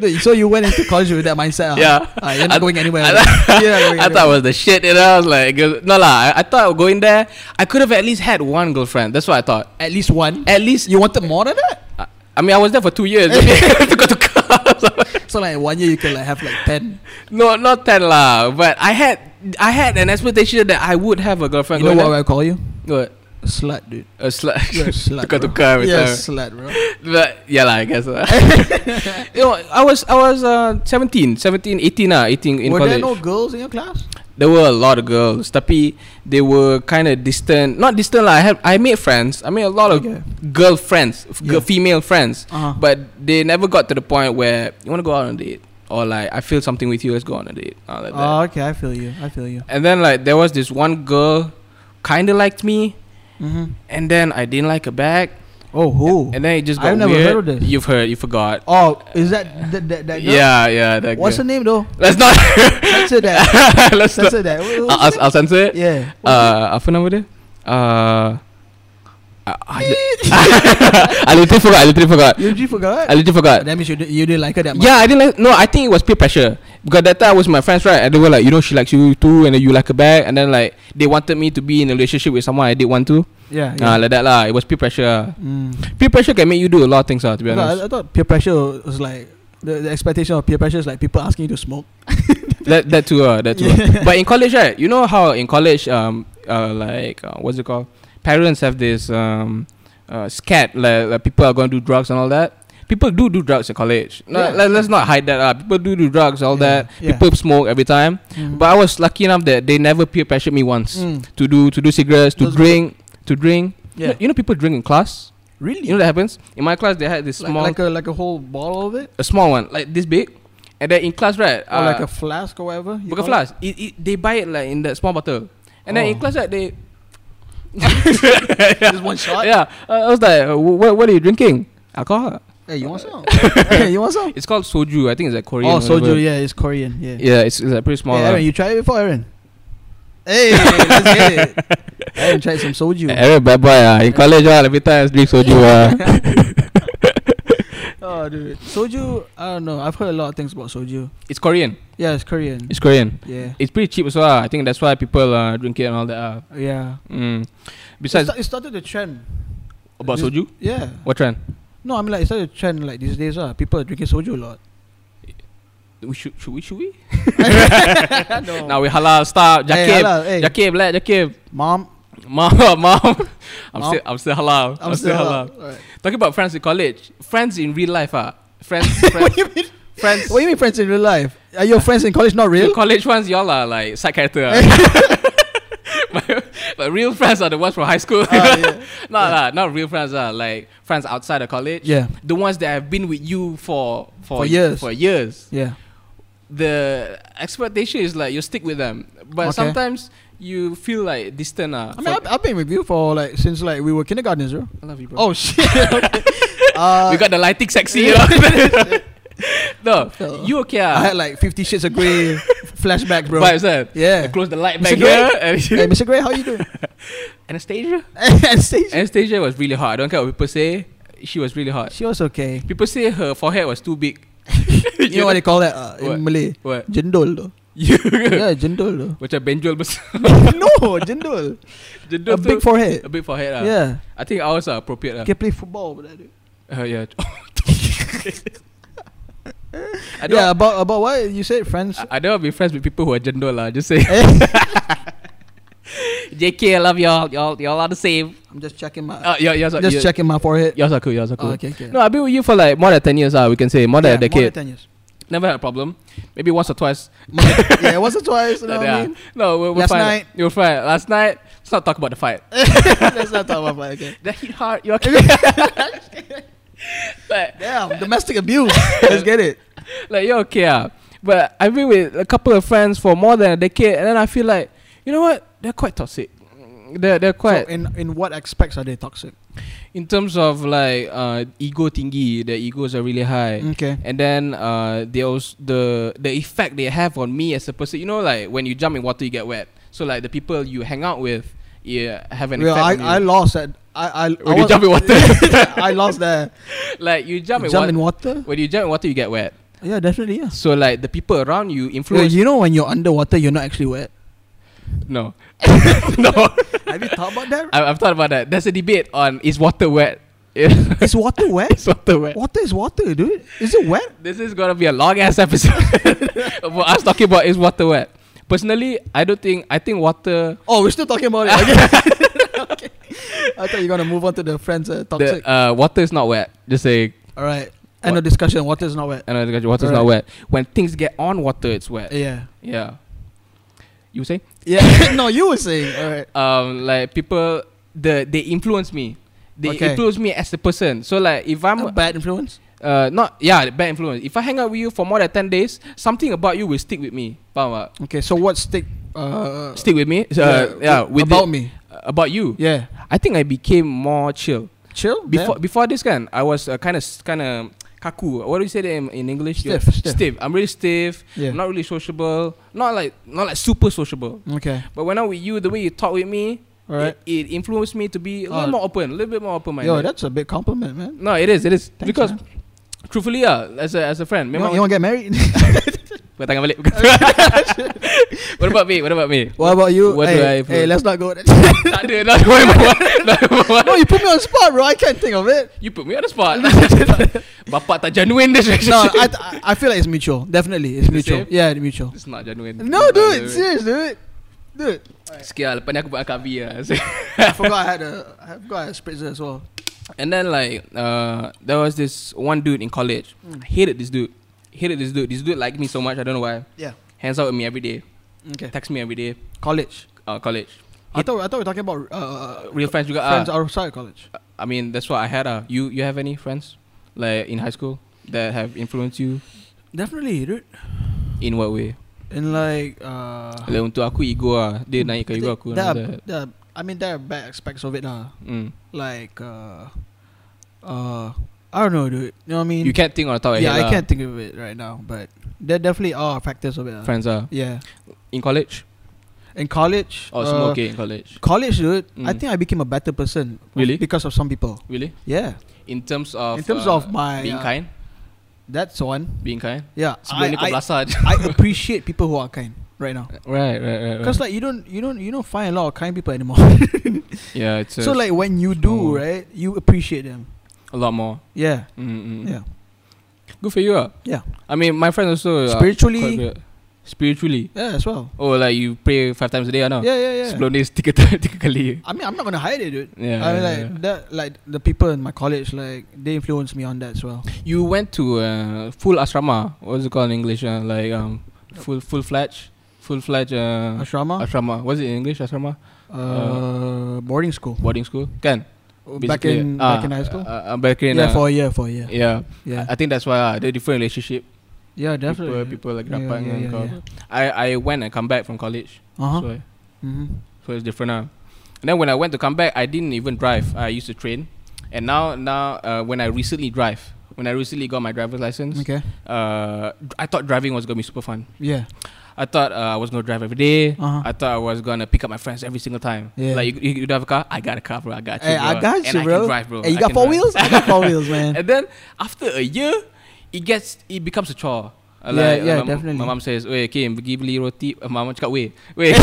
Speaker 2: dude. So you went into college with that mindset? Huh?
Speaker 1: Yeah.
Speaker 2: Alright, you're not
Speaker 1: I-
Speaker 2: going anywhere.
Speaker 1: I-
Speaker 2: you're not going
Speaker 1: I thought I was the shit, and I was like, girl- no lah. I, I thought going there, I could have at least had one girlfriend. That's what I thought.
Speaker 2: at least one.
Speaker 1: At least
Speaker 2: You wanted more than that?
Speaker 1: I, I mean, I was there for two years. to go to college.
Speaker 2: So like in one year you can like have like ten.
Speaker 1: no, not ten lah. But I had, I had an expectation that I would have a girlfriend.
Speaker 2: You know
Speaker 1: going
Speaker 2: what I call you?
Speaker 1: there. what?
Speaker 2: A slut, dude.
Speaker 1: A slut.
Speaker 2: You're a slut.
Speaker 1: Tukar
Speaker 2: bro.
Speaker 1: tukar with
Speaker 2: You're a
Speaker 1: her.
Speaker 2: slut, bro.
Speaker 1: But yeah lah, I guess. lah. you know, I was, I was uh, 17, 17, 18 lah, 18 ah, in
Speaker 2: Were
Speaker 1: college.
Speaker 2: there no girls in your class?
Speaker 1: There were a lot of girls, tapi they were kind of distant. Not distant lah. I had, I made friends. I made a lot of
Speaker 2: Okay.
Speaker 1: girl friends, f-
Speaker 2: Yeah.
Speaker 1: girl- female friends.
Speaker 2: Uh-huh.
Speaker 1: But they never got to the point where you want to go out on a date. or like I feel something with you, let's go on a date. Uh, like that.
Speaker 2: Oh, okay, I feel you. I feel you.
Speaker 1: and then like there was this one girl, kinda liked me,
Speaker 2: Mm-hmm.
Speaker 1: and then I didn't like her back,
Speaker 2: Oh, who?
Speaker 1: and then it just
Speaker 2: I've
Speaker 1: got
Speaker 2: never
Speaker 1: weird.
Speaker 2: heard of this.
Speaker 1: You've heard, you forgot.
Speaker 2: oh, is that that that, that girl?
Speaker 1: yeah, yeah. That
Speaker 2: What's her
Speaker 1: girl.
Speaker 2: name though?
Speaker 1: Let's not.
Speaker 2: Censor that.
Speaker 1: Let's not.
Speaker 2: Censor that. What-
Speaker 1: I'll,
Speaker 2: what's
Speaker 1: I'll, I'll censor it.
Speaker 2: it? Yeah.
Speaker 1: Uh, apa nama dia? Uh, I, I, I literally forgot. I literally forgot.
Speaker 2: You literally forgot. Oh,
Speaker 1: I literally forgot.
Speaker 2: That means you did, you didn't like her that much.
Speaker 1: Yeah, I didn't like. No, I think it was peer pressure because that time I was with my friends, right? And they were like, you know, she likes you too, and then you like her back, and then like they wanted me to be in a relationship with someone I did want to.
Speaker 2: Yeah.
Speaker 1: Ah, like that lah. It was peer pressure.
Speaker 2: Mm.
Speaker 1: Peer pressure can make you do a lot of things, ah. To be
Speaker 2: I, thought,
Speaker 1: honest,
Speaker 2: I thought peer pressure was like the, the expectation of peer pressure is like people asking you to smoke.
Speaker 1: that that too, ah, that too. ah. But in college, right? You know how in college, um, uh, like uh, what's it called? Parents have this um, uh, scared like, like people are going to do drugs and all that. People do do drugs in college. No,
Speaker 2: Yeah.
Speaker 1: let, us not hide that. Ah, people do do drugs, all
Speaker 2: Yeah,
Speaker 1: that.
Speaker 2: yeah.
Speaker 1: People smoke every time. But I was lucky enough that they never peer pressured me once
Speaker 2: Mm.
Speaker 1: to do to do cigarettes, to
Speaker 2: That's good.
Speaker 1: drink, to drink. You
Speaker 2: yeah,
Speaker 1: know- You, know, people drink in class.
Speaker 2: really.
Speaker 1: You know that happens. In my class, they had this
Speaker 2: like,
Speaker 1: small,
Speaker 2: like a like a whole bottle of it,
Speaker 1: a small one, like this big, and then in class, right?
Speaker 2: or Oh, like a flask or whatever. you
Speaker 1: Uh, book of
Speaker 2: call it?
Speaker 1: flask. It, it, they buy it like in that small bottle, and then in
Speaker 2: Oh.
Speaker 1: class, right, they.
Speaker 2: Just one shot.
Speaker 1: Yeah, uh, I was like, uh, what, what are you drinking? Alcohol.
Speaker 2: Hey, you want some? hey, you want some?
Speaker 1: It's called soju. I think it's like Korean.
Speaker 2: oh,
Speaker 1: or whatever.
Speaker 2: soju. Yeah, it's Korean. Yeah.
Speaker 1: Yeah, it's, it's like pretty small. uh,
Speaker 2: Hey,
Speaker 1: lah.
Speaker 2: Aaron, you tried it before, Aaron? Hey, let's get it. Aaron tried some soju.
Speaker 1: Aaron bad boy ah. In college ah, every time I drink soju ah.
Speaker 2: Oh, dude. Soju, I don't know. I've heard a lot of things about soju.
Speaker 1: It's Korean.
Speaker 2: Yeah, it's Korean.
Speaker 1: It's Korean.
Speaker 2: yeah.
Speaker 1: It's pretty cheap as well. ah. I think that's why people uh, drink it and all that. ah.
Speaker 2: yeah.
Speaker 1: Mm.
Speaker 2: It,
Speaker 1: Besides
Speaker 2: sta- it started the trend.
Speaker 1: about
Speaker 2: this-
Speaker 1: soju,
Speaker 2: Yeah.
Speaker 1: what trend?
Speaker 2: No, I mean, like, it started the trend, like, these days, uh, people are drinking soju a lot.
Speaker 1: We should should we should we?
Speaker 2: no.
Speaker 1: Now we halal stuff.
Speaker 2: hey,
Speaker 1: Jakib,
Speaker 2: hello, hey.
Speaker 1: Jakib, let Jakib.
Speaker 2: Mom,
Speaker 1: Mom, mom. I'm
Speaker 2: Mom.
Speaker 1: still I'm still halal.
Speaker 2: I'm, still
Speaker 1: halal.
Speaker 2: up. Alright.
Speaker 1: Talking about friends in college, friends in real life ah. Friends, friends,
Speaker 2: What do you mean?
Speaker 1: friends.
Speaker 2: What do you mean, friends in real life? Are your friends in college not
Speaker 1: Real
Speaker 2: real?
Speaker 1: college ones, y'all are like side character. ah. but, but real friends are the ones from high school.
Speaker 2: Ah, yeah.
Speaker 1: No, no, not real friends. Uh, like friends outside of college.
Speaker 2: yeah.
Speaker 1: The ones that have been with you for for,
Speaker 2: For years.
Speaker 1: For years.
Speaker 2: Yeah.
Speaker 1: The expectation is like you stick with them, but
Speaker 2: Okay.
Speaker 1: sometimes you feel like distant. Uh,
Speaker 2: I mean, I've, I've been with you for, like, since, like, we were kindergartners, bro.
Speaker 1: I love you, bro.
Speaker 2: Oh, shit. okay. uh,
Speaker 1: we got the lighting sexy. you know? no, you okay?
Speaker 2: I had
Speaker 1: Uh,
Speaker 2: like Fifty Shades of Grey flashback, bro.
Speaker 1: vibes. Uh,
Speaker 2: Yeah.
Speaker 1: Close the light
Speaker 2: Mr.
Speaker 1: back
Speaker 2: Grey?
Speaker 1: here.
Speaker 2: Hey,
Speaker 1: and-
Speaker 2: Mr. Grey, how you doing?
Speaker 1: Anastasia.
Speaker 2: and Stacey.
Speaker 1: Anastasia was really hot. I don't care what people say. She was really hot.
Speaker 2: She was okay.
Speaker 1: People say her forehead was too big.
Speaker 2: You know what they call that uh,
Speaker 1: What?
Speaker 2: in Malay?
Speaker 1: What?
Speaker 2: Jendol though.
Speaker 1: You.
Speaker 2: yeah, jendol though.
Speaker 1: Macam benjol besar.
Speaker 2: no, jendol.
Speaker 1: Jendol
Speaker 2: A
Speaker 1: tu-
Speaker 2: big forehead.
Speaker 1: A big forehead lah.
Speaker 2: Yeah.
Speaker 1: I think ours are appropriate lah.
Speaker 2: Can play football with that dude.
Speaker 1: Uh, yeah. I don't.
Speaker 2: Yeah, about about what you said, friends.
Speaker 1: I, I don't want to be friends with people who are jendol lah. Just say.
Speaker 2: Eh,
Speaker 1: JK, I love y'all. Y'all, y'all are the same.
Speaker 2: I'm just checking my
Speaker 1: Uh, y'all, y'all,
Speaker 2: just
Speaker 1: y'all,
Speaker 2: checking my forehead.
Speaker 1: Y'all are cool. Y'all are
Speaker 2: Oh,
Speaker 1: cool.
Speaker 2: okay, okay.
Speaker 1: No, I've been with you for like more than ten years. Ah, we can say more than
Speaker 2: yeah,
Speaker 1: a decade.
Speaker 2: More than 10 years.
Speaker 1: Never had a problem. Maybe once or twice.
Speaker 2: More- yeah, once or twice. You know what I
Speaker 1: Yeah.
Speaker 2: mean?
Speaker 1: No, we're, we're
Speaker 2: Last
Speaker 1: fine.
Speaker 2: night.
Speaker 1: You're fine. Last night. Let's not talk about the fight.
Speaker 2: Let's not talk about that. Okay.
Speaker 1: That hit hard. You okay? but
Speaker 2: Damn, domestic abuse. Let's get it.
Speaker 1: like you're okay, ah. But I've been with a couple of friends for more than a decade, and then I feel like you know what? They're quite toxic. They're they're
Speaker 2: So
Speaker 1: quite
Speaker 2: in in what aspects are they toxic?
Speaker 1: in terms of like uh, ego thingy. Their egos are really high.
Speaker 2: Okay.
Speaker 1: And then uh, they also the the effect they have on me as a person. You know, like when you jump in water, you get wet. So like the people you hang out with, yeah, have an
Speaker 2: Well,
Speaker 1: effect.
Speaker 2: I,
Speaker 1: on you.
Speaker 2: I lost that. I I, I
Speaker 1: When you
Speaker 2: was-
Speaker 1: jump in water.
Speaker 2: I lost that.
Speaker 1: like you jump, in,
Speaker 2: jump in
Speaker 1: water.
Speaker 2: water.
Speaker 1: When you jump in water, you get wet.
Speaker 2: Yeah, definitely. Yeah.
Speaker 1: So like the people around you
Speaker 2: Well,
Speaker 1: influence.
Speaker 2: you know when you're underwater, you're not actually wet.
Speaker 1: no, no.
Speaker 2: Have you thought about that?
Speaker 1: I, I've thought about that. There's a debate on is water wet? is
Speaker 2: Is water wet?
Speaker 1: water wet?
Speaker 2: Water is water, dude. Is it wet?
Speaker 1: This is gonna be a long ass episode for us talking about is water wet. Personally, I don't think. I think water.
Speaker 2: Oh, we're still talking about it. Okay. Okay. I thought you're gonna move on to the friends uh, toxic.
Speaker 1: The, uh, water is not wet. Just saying.
Speaker 2: All right. End
Speaker 1: what-
Speaker 2: of discussion. Water is not wet.
Speaker 1: And I water is not wet. When things get on water, it's wet.
Speaker 2: Yeah.
Speaker 1: yeah. You say?
Speaker 2: Yeah. no, you were saying. All right.
Speaker 1: Um, like people, the they influence me. they
Speaker 2: Okay.
Speaker 1: influence me as a person. So like if I'm
Speaker 2: a bad influence.
Speaker 1: uh, not yeah the bad influence. If I hang out with you for more than ten days, something about you will stick with me. Faham tak?
Speaker 2: Okay, so what stick? Uh,
Speaker 1: Stick with me. So, uh, yeah, with
Speaker 2: about
Speaker 1: the-
Speaker 2: me.
Speaker 1: about you.
Speaker 2: Yeah,
Speaker 1: I think I became more chill
Speaker 2: chill.
Speaker 1: before
Speaker 2: yeah.
Speaker 1: before this kan. I was kind of kind of kaku. What do you say that in, in English? You're
Speaker 2: stiff, stiff.
Speaker 1: stiff. I'm really stiff.
Speaker 2: Yeah.
Speaker 1: Not really sociable. Not like not like super sociable.
Speaker 2: okay.
Speaker 1: But when I'm with you, the way you talk with me,
Speaker 2: All right.
Speaker 1: it, it influenced me to be a little
Speaker 2: Oh.
Speaker 1: more open, a little bit more open minded.
Speaker 2: Yo, that's a big compliment, man.
Speaker 1: no, it is, it is
Speaker 2: Thanks,
Speaker 1: because
Speaker 2: man.
Speaker 1: truthfully, yeah, as a as a friend,
Speaker 2: You want,
Speaker 1: memang
Speaker 2: you want to get married?
Speaker 1: Bukan tangan balik What about me? What about me?
Speaker 2: what about you?
Speaker 1: What do I
Speaker 2: hey, hey,
Speaker 1: influence?
Speaker 2: let's not go. there.
Speaker 1: tak ada Not the one Not the one
Speaker 2: no, you put me on the spot, bro. I can't think of it.
Speaker 1: You put me on the spot Bapak tak genuine this
Speaker 2: No,
Speaker 1: relationship
Speaker 2: I, th- I- I feel like it's mutual. Definitely, it's
Speaker 1: Is it
Speaker 2: mutual.
Speaker 1: safe?
Speaker 2: Yeah, it's mutual.
Speaker 1: It's not genuine
Speaker 2: No, dude, serious, dude. Dude,
Speaker 1: Sikit lah Lepas ni aku buat dengan Kak B lah
Speaker 2: I forgot I had a, I forgot I had a spritzer as well.
Speaker 1: And then like uh, There was this one dude in college
Speaker 2: Hmm.
Speaker 1: I hated this dude Hated this dude This dude liked me so much I don't know why
Speaker 2: Yeah.
Speaker 1: Hangs out with me every day
Speaker 2: Okay.
Speaker 1: Text me every day
Speaker 2: College.
Speaker 1: uh, College
Speaker 2: I thought, I thought we were talking about uh,
Speaker 1: Real friends juga
Speaker 2: friends
Speaker 1: ah.
Speaker 2: outside college.
Speaker 1: I mean that's what I had ah. You you have any friends Like in high school That have influenced you
Speaker 2: Definitely, dude.
Speaker 1: In what way?
Speaker 2: And like, uh,
Speaker 1: Like untuk aku ego ah. Dia naikkan ego aku and
Speaker 2: there
Speaker 1: all
Speaker 2: are-
Speaker 1: that.
Speaker 2: there are- I mean, there are bad aspects of it, lah.
Speaker 1: Mm.
Speaker 2: Like, uh, uh, I don't know, dude. You know what I mean?
Speaker 1: You can't think on the top of your
Speaker 2: yeah, I
Speaker 1: head lah.
Speaker 2: can't think of it right now, but there definitely are factors of it. lah.
Speaker 1: Friends ah.
Speaker 2: Yeah.
Speaker 1: In college?
Speaker 2: In college, uh,
Speaker 1: Oh, semua okay in college.
Speaker 2: college, dude, I
Speaker 1: Mm.
Speaker 2: think I became a better person.
Speaker 1: Really?
Speaker 2: Because of some people.
Speaker 1: Really?
Speaker 2: Yeah.
Speaker 1: In terms of
Speaker 2: In terms
Speaker 1: uh,
Speaker 2: of my,
Speaker 1: being
Speaker 2: uh,
Speaker 1: kind,
Speaker 2: That's one.
Speaker 1: being kind.
Speaker 2: Yeah.
Speaker 1: Sebelum ni kau
Speaker 2: I, I,
Speaker 1: belasah. je.
Speaker 2: I appreciate people who are kind right now.
Speaker 1: Right, right, right.
Speaker 2: Because like you don't you don't you don't find a lot of kind people anymore.
Speaker 1: yeah, it's a,
Speaker 2: so like when you
Speaker 1: Oh.
Speaker 2: do, right, you appreciate them.
Speaker 1: a lot more.
Speaker 2: Yeah.
Speaker 1: Mm-hmm.
Speaker 2: Yeah.
Speaker 1: Good for you ah.
Speaker 2: Yeah.
Speaker 1: I mean, my friend also ah, quite
Speaker 2: Spiritually,
Speaker 1: good. spiritually.
Speaker 2: yeah, as well.
Speaker 1: Oh, like you pray five times a day ah no?
Speaker 2: Yeah, yeah, yeah.
Speaker 1: Sebelum ni tiga ta- tiga kali.
Speaker 2: I mean, I'm not gonna hide it, dude. I mean,
Speaker 1: Yeah. yeah,
Speaker 2: like
Speaker 1: yeah.
Speaker 2: that, like the people in my college, like they influenced me on that as well.
Speaker 1: You went to uh, full asrama. What's it called in English? Uh, like um, full full fledged, full fledged uh,
Speaker 2: Ashrama,
Speaker 1: asrama. What's it in English? Asrama
Speaker 2: uh, boarding school,
Speaker 1: boarding school. Can
Speaker 2: back
Speaker 1: basically,
Speaker 2: in
Speaker 1: ah,
Speaker 2: back in high school.
Speaker 1: Uh, uh, back in
Speaker 2: yeah,
Speaker 1: uh,
Speaker 2: for a year, for a year. Yeah,
Speaker 1: yeah.
Speaker 2: yeah,
Speaker 1: I, I think that's why uh, the different relationship.
Speaker 2: definitely.
Speaker 1: People, people like
Speaker 2: Yeah,
Speaker 1: rapat
Speaker 2: yeah,
Speaker 1: dengan
Speaker 2: yeah,
Speaker 1: kau.
Speaker 2: yeah.
Speaker 1: I I went and come back from college.
Speaker 2: Uh huh.
Speaker 1: So
Speaker 2: hmm
Speaker 1: so it's different now. And then when I went to come back, I didn't even drive. I used to train. And now now uh, when I recently drive, when I recently got my driver's license,
Speaker 2: Okay.
Speaker 1: uh, I thought driving was gonna be super fun.
Speaker 2: Yeah.
Speaker 1: I thought uh, I was gonna drive every day.
Speaker 2: Uh-huh.
Speaker 1: I thought I was gonna pick up my friends every single time.
Speaker 2: Yeah.
Speaker 1: Like you, you, you don't have a car, I got a car, bro. I got you.
Speaker 2: Hey,
Speaker 1: bro.
Speaker 2: I got
Speaker 1: and
Speaker 2: you,
Speaker 1: I
Speaker 2: bro.
Speaker 1: Can drive, bro.
Speaker 2: Hey, you
Speaker 1: I
Speaker 2: got
Speaker 1: can
Speaker 2: four
Speaker 1: drive.
Speaker 2: wheels? I got four wheels, man.
Speaker 1: And then after a year, it gets it becomes a chore. Uh,
Speaker 2: Yeah, yeah,
Speaker 1: my,
Speaker 2: definitely.
Speaker 1: My mom says, "Wait, Kim, pergi beli roti." Uh, mama cakap, "Wait, wait,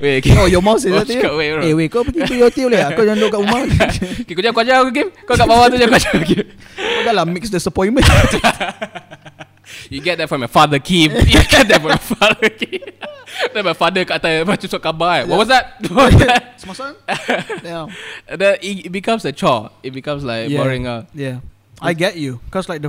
Speaker 1: wait, Kim."
Speaker 2: Oh, your mom says
Speaker 1: Mama
Speaker 2: that to you?
Speaker 1: cakap, "Wait, bro."
Speaker 2: Eh, weh, kau pergi beli roti boleh tak? Kau jangan duduk kat rumah.
Speaker 1: Okay, kau jangan kau ajar aku, Kim. Kau kat bawah tu jangan kau ajar aku, Kim.
Speaker 2: Kau dah lah mix disappointment.
Speaker 1: You get that from your father, Kim. You get that from your father, Kim. Then my father kat atas macam susut khabar. eh. What was that? What was that?
Speaker 2: Semasa? Yeah.
Speaker 1: And then it, it becomes a chore. It becomes like
Speaker 2: Yeah.
Speaker 1: boring. Uh.
Speaker 2: Yeah, I get you. Cause like the,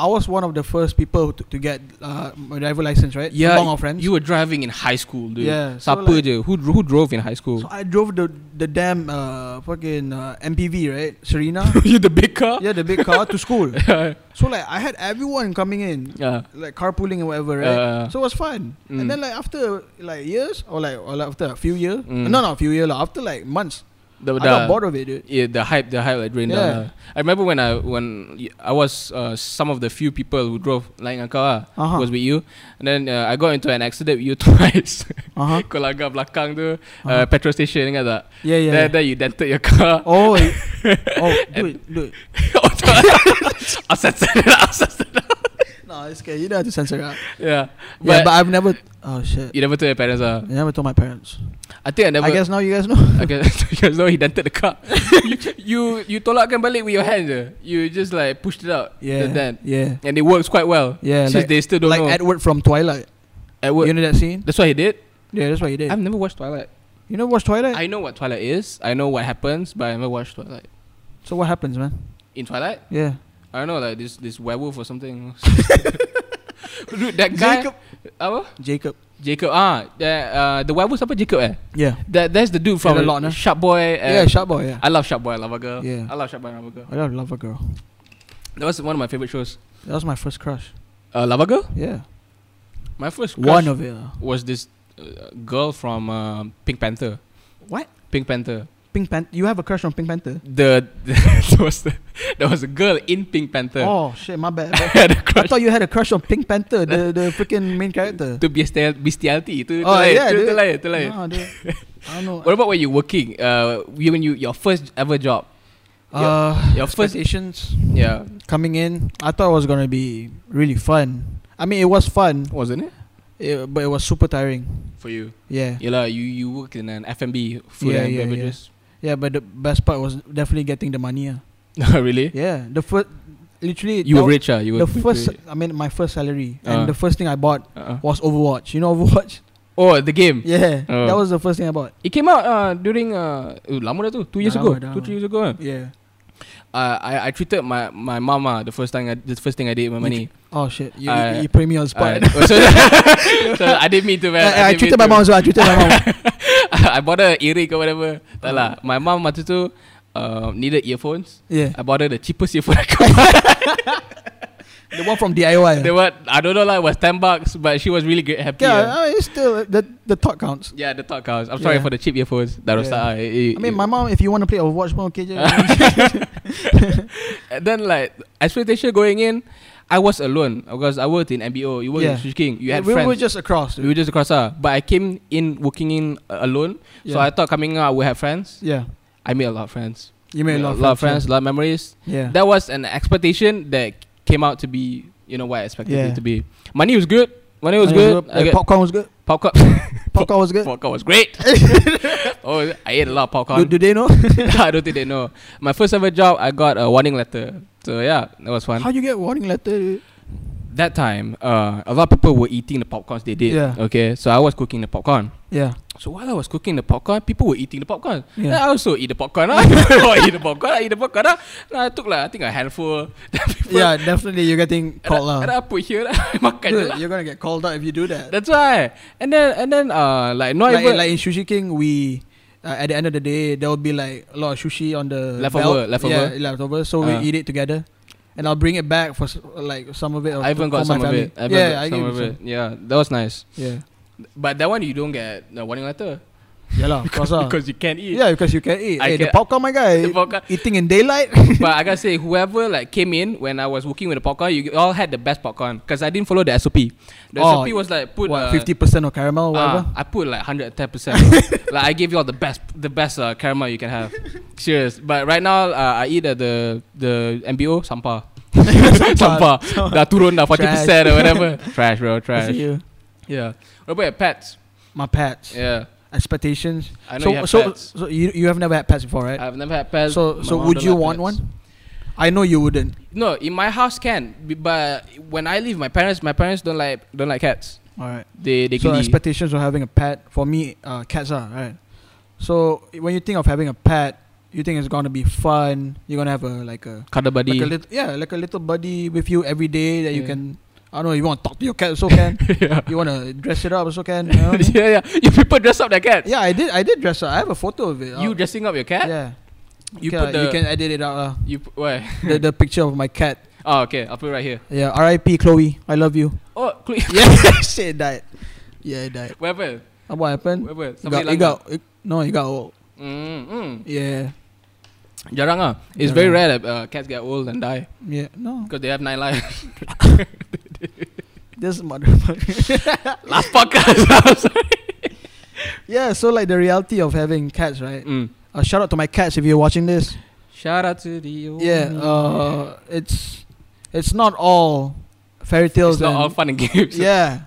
Speaker 2: I was one of the first people to, to get uh, my driver license, right?
Speaker 1: Yeah,
Speaker 2: among our friends.
Speaker 1: You were driving in high school, dude.
Speaker 2: Yeah, so
Speaker 1: Siapa
Speaker 2: like-
Speaker 1: je? Who who drove in high school?
Speaker 2: so I drove the the damn uh, fucking uh, MPV, right? Serena.
Speaker 1: you the big car?
Speaker 2: yeah, the big car to school.
Speaker 1: Yeah.
Speaker 2: So like I had everyone coming in,
Speaker 1: yeah.
Speaker 2: like carpooling and whatever, right? so it was fun.
Speaker 1: Mm.
Speaker 2: And then like after like years or like or like after a few years,
Speaker 1: Mm.
Speaker 2: no, no, a few years, like, after like months,
Speaker 1: the,
Speaker 2: I got bored of it, dude.
Speaker 1: yeah, the hype, the hype like drained
Speaker 2: Yeah.
Speaker 1: down. lah. I remember when I when y- I was uh, some of the few people who drove like kau lah,
Speaker 2: Uh-huh.
Speaker 1: was with you, and then uh, I got into an accident with you twice.
Speaker 2: Uh huh.
Speaker 1: Kau laga belakang tu, uh,
Speaker 2: Uh-huh.
Speaker 1: petrol station ingat tak?
Speaker 2: Yeah, yeah.
Speaker 1: Then, then you dented your car.
Speaker 2: Oh, y- oh, dude, dude.
Speaker 1: Oh, tu- Asal sana, asal sana.
Speaker 2: No, it's okay. You don't have to censor out.
Speaker 1: Yeah,
Speaker 2: But, yeah,
Speaker 1: but,
Speaker 2: but I've never. Oh shit!
Speaker 1: you never told your parents ah.
Speaker 2: I never told my parents.
Speaker 1: I think I never.
Speaker 2: I guess now you guys know.
Speaker 1: I guess because no, he dented the car. you, you you tolakkan balik with your hand je. You just like pushed it out.
Speaker 2: Yeah,
Speaker 1: The dent.
Speaker 2: yeah,
Speaker 1: And it works quite well.
Speaker 2: yeah.
Speaker 1: Since
Speaker 2: Like,
Speaker 1: they still don't
Speaker 2: like
Speaker 1: know.
Speaker 2: Edward from Twilight.
Speaker 1: Edward.
Speaker 2: You know that scene?
Speaker 1: That's what he did.
Speaker 2: Yeah, that's what he did.
Speaker 1: I've never watched Twilight.
Speaker 2: you know watch Twilight?
Speaker 1: I know what Twilight is. I know what happens, but I never watched Twilight.
Speaker 2: so what happens, man?
Speaker 1: In Twilight,
Speaker 2: Yeah.
Speaker 1: I don't know like this this werewolf or something. Dude, that guy.
Speaker 2: Jacob.
Speaker 1: Apa?
Speaker 2: Jacob.
Speaker 1: Jacob ah the uh, the werewolf apa Jacob eh
Speaker 2: Yeah.
Speaker 1: that that's the dude from
Speaker 2: Yeah, the lot, nah.
Speaker 1: Sharp Boy and
Speaker 2: yeah, Sharp Boy, yeah.
Speaker 1: I love Sharp Boy I love a girl
Speaker 2: Yeah.
Speaker 1: I love Sharp Boy I love a girl
Speaker 2: I love Lava Girl.
Speaker 1: that was one of my favorite shows
Speaker 2: That was my first crush.
Speaker 1: uh, Lava Girl
Speaker 2: Yeah.
Speaker 1: my first
Speaker 2: One
Speaker 1: crush
Speaker 2: of it. Uh.
Speaker 1: was this uh, girl from uh, Pink Panther
Speaker 2: What?
Speaker 1: Pink Panther
Speaker 2: Pink Panther. You have a crush on Pink Panther?
Speaker 1: the, there was the, there was a girl in Pink Panther
Speaker 2: Oh shit, my bad.
Speaker 1: I had
Speaker 2: I
Speaker 1: a crush
Speaker 2: thought you had a crush on Pink Panther, the the freaking main character.
Speaker 1: to bestial- bestiality tu tu
Speaker 2: Oh,
Speaker 1: lain
Speaker 2: yeah,
Speaker 1: tu, tu
Speaker 2: dude.
Speaker 1: lain tu lain
Speaker 2: Nah, dude. I don't know.
Speaker 1: what about when you working uh you, when you your first ever job
Speaker 2: Uh,
Speaker 1: your first-
Speaker 2: expectations
Speaker 1: yeah
Speaker 2: coming in. I thought it was gonna be really fun. I mean, it was fun,
Speaker 1: wasn't it
Speaker 2: it, but it was super tiring.
Speaker 1: for you
Speaker 2: Yeah,
Speaker 1: yeah lah you you work in an F&B food
Speaker 2: Yeah,
Speaker 1: and
Speaker 2: yeah,
Speaker 1: beverages
Speaker 2: yeah. But the best part was definitely getting the money. ah.
Speaker 1: yeah. really
Speaker 2: Yeah, the first, literally,
Speaker 1: you
Speaker 2: that
Speaker 1: were
Speaker 2: was
Speaker 1: rich ah you were
Speaker 2: The first, I mean, my first salary,
Speaker 1: Uh.
Speaker 2: and the first thing I bought
Speaker 1: uh-uh.
Speaker 2: was Overwatch. You know Overwatch?
Speaker 1: oh the game
Speaker 2: Yeah,
Speaker 1: Oh.
Speaker 2: that was the first thing I bought.
Speaker 1: It came out uh, during uh, eh, lama dah tu, two years
Speaker 2: Dah
Speaker 1: ago,
Speaker 2: lama, dah
Speaker 1: two
Speaker 2: lama.
Speaker 1: three years ago. kan.
Speaker 2: Yeah.
Speaker 1: Uh, I I treated my my mama the first time I, the first thing I did with my
Speaker 2: You
Speaker 1: money.
Speaker 2: Oh shit! You,
Speaker 1: I-
Speaker 2: you put me on the
Speaker 1: Uh,
Speaker 2: spot.
Speaker 1: oh, so, so I didn't mean to
Speaker 2: I,
Speaker 1: man.
Speaker 2: I,
Speaker 1: didn't
Speaker 2: treated my mom
Speaker 1: mean
Speaker 2: as
Speaker 1: to.
Speaker 2: well. I treated my mom.
Speaker 1: I bought her earring or whatever. Tak lah. My mom waktu tu uh, needed earphones.
Speaker 2: Yeah,
Speaker 1: I bought her the cheapest earphone I could. buy.
Speaker 2: the one from DIY.
Speaker 1: They were I don't know like it was ten bucks, but she was really great, happy.
Speaker 2: yeah,
Speaker 1: ah.
Speaker 2: I mean, it's still uh, the the thought counts.
Speaker 1: yeah, the thought counts. I'm sorry
Speaker 2: Yeah.
Speaker 1: for the cheap earphones. Darosta.
Speaker 2: Yeah.
Speaker 1: Yeah.
Speaker 2: I mean, my mom. If you want to play Overwatch, more okay. just-
Speaker 1: And then like expectation going in, I was alone because I worked in MBO. You worked in
Speaker 2: Yeah.
Speaker 1: Sushi King. You had
Speaker 2: we
Speaker 1: friends.
Speaker 2: were just across.
Speaker 1: we were just across ah. But I came in working in uh, alone,
Speaker 2: yeah.
Speaker 1: so I thought coming out I would have friends.
Speaker 2: yeah,
Speaker 1: I made a lot of friends.
Speaker 2: you made a lot,
Speaker 1: of friends, a lot of memories.
Speaker 2: Yeah,
Speaker 1: That was an expectation that came out to be, you know, what I expected
Speaker 2: Yeah.
Speaker 1: it to be. Money was good. Money was
Speaker 2: And
Speaker 1: good.
Speaker 2: uh,
Speaker 1: I get
Speaker 2: popcorn was good.
Speaker 1: popcorn.
Speaker 2: Popcorn was good.
Speaker 1: popcorn was great. oh, I ate a lot of popcorn.
Speaker 2: Do, do they know?
Speaker 1: I don't think they know. My first ever job, I got a warning letter. So yeah, that was fun.
Speaker 2: How you get warning letter? dude?
Speaker 1: that time, uh, a lot of people were eating the popcorns they did.
Speaker 2: Yeah.
Speaker 1: Okay, so I was cooking the popcorn.
Speaker 2: Yeah,
Speaker 1: So while I was cooking the popcorn, people were eating the popcorn.
Speaker 2: Yeah.
Speaker 1: Then I also eat the popcorn. ah. I eat the popcorn. I eat the popcorn. ah. Then I took like I think a handful. Then people,
Speaker 2: yeah, definitely you're getting
Speaker 1: And,
Speaker 2: called
Speaker 1: I, and
Speaker 2: out.
Speaker 1: I put here. I makan je
Speaker 2: Dude,
Speaker 1: lah.
Speaker 2: you're gonna get called out if you do that.
Speaker 1: That's why. And then and then uh like not
Speaker 2: like,
Speaker 1: even
Speaker 2: like in Sushi King, we uh, at the end of the day there will be like a lot of sushi on the
Speaker 1: Leftover,
Speaker 2: belt.
Speaker 1: leftover.
Speaker 2: yeah, leftover. So
Speaker 1: Uh.
Speaker 2: we eat it together, and I'll bring it back for s- like some of it.
Speaker 1: I even
Speaker 2: for
Speaker 1: got
Speaker 2: oh, my
Speaker 1: some of
Speaker 2: family.
Speaker 1: it. I even
Speaker 2: yeah,
Speaker 1: got
Speaker 2: I
Speaker 1: some
Speaker 2: gave
Speaker 1: of
Speaker 2: you
Speaker 1: it. Yeah, that was nice.
Speaker 2: Yeah,
Speaker 1: But that one you don't get the warning letter
Speaker 2: yeah, lah, of course, ah.
Speaker 1: because you can't eat.
Speaker 2: yeah, because you can eat.
Speaker 1: I
Speaker 2: Hey, the
Speaker 1: can-
Speaker 2: popcorn, my guy,
Speaker 1: The popcorn.
Speaker 2: eating in daylight.
Speaker 1: but I gotta say, whoever like came in when I was working with the popcorn, you all had the best popcorn because I didn't follow the SOP. The
Speaker 2: Oh,
Speaker 1: SOP was like put
Speaker 2: what
Speaker 1: uh,
Speaker 2: fifty percent of caramel,
Speaker 1: uh,
Speaker 2: whatever.
Speaker 1: I put like hundred and ten percent. Like I gave you all the best, the best uh, caramel you can have. Serious. But right now, uh, I eat at the the MBO sampah. sampah. Dah turun dah forty percent or whatever. trash, bro,
Speaker 2: I see
Speaker 1: trash.
Speaker 2: you.
Speaker 1: Yeah. What about your pets?
Speaker 2: My pets,
Speaker 1: Yeah.
Speaker 2: expectations.
Speaker 1: I know
Speaker 2: so,
Speaker 1: you have
Speaker 2: so,
Speaker 1: pets.
Speaker 2: so you you have never had pets before, right?
Speaker 1: I've never had pets.
Speaker 2: So-
Speaker 1: My
Speaker 2: so
Speaker 1: mom
Speaker 2: would
Speaker 1: don't
Speaker 2: you
Speaker 1: like
Speaker 2: want one? I know you wouldn't.
Speaker 1: No, in my house can, b- but when I leave, my parents, my parents don't like don't like cats.
Speaker 2: All right.
Speaker 1: They they
Speaker 2: so
Speaker 1: can
Speaker 2: expectations of having a pet for me uh, cats are right so when you think of having a pet you think it's gonna be fun you're gonna have a like a
Speaker 1: cuddle buddy.
Speaker 2: like a little yeah like a little buddy with you every day that you
Speaker 1: Yeah.
Speaker 2: can I don't know you want to talk to your cat so can
Speaker 1: yeah.
Speaker 2: you want to dress it up so can you know what I mean?
Speaker 1: yeah, yeah. You people dress up their cats.
Speaker 2: yeah I did I did dress up I have a photo of it
Speaker 1: You
Speaker 2: I'll-
Speaker 1: dressing up your cat?
Speaker 2: yeah
Speaker 1: You
Speaker 2: Okay,
Speaker 1: put the
Speaker 2: you can edit it out uh,
Speaker 1: you p- where?
Speaker 2: the, the picture of my cat
Speaker 1: Oh, okay. I'll put it right here.
Speaker 2: yeah R.I.P. Chloe I love you
Speaker 1: Oh, Chloe.
Speaker 2: yeah shit died yeah it died
Speaker 1: What happened?
Speaker 2: Uh, what happened
Speaker 1: What happened?
Speaker 2: you got,
Speaker 1: Somebody
Speaker 2: you
Speaker 1: langgar.
Speaker 2: got it- no you got old
Speaker 1: Mm, mm.
Speaker 2: yeah
Speaker 1: Jarang ah. It's very
Speaker 2: Jarang.
Speaker 1: rare that uh, cats get old and die
Speaker 2: yeah no
Speaker 1: because they have nine lives.
Speaker 2: This motherfucker.
Speaker 1: Last podcast.
Speaker 2: yeah, so like the reality of having cats, right?
Speaker 1: mm.
Speaker 2: Uh, shout out to my cats if you're watching this.
Speaker 1: Shout out to the old
Speaker 2: Yeah, uh, it's it's not all fairy tales.
Speaker 1: It's not
Speaker 2: and-
Speaker 1: all fun and games.
Speaker 2: um, yeah,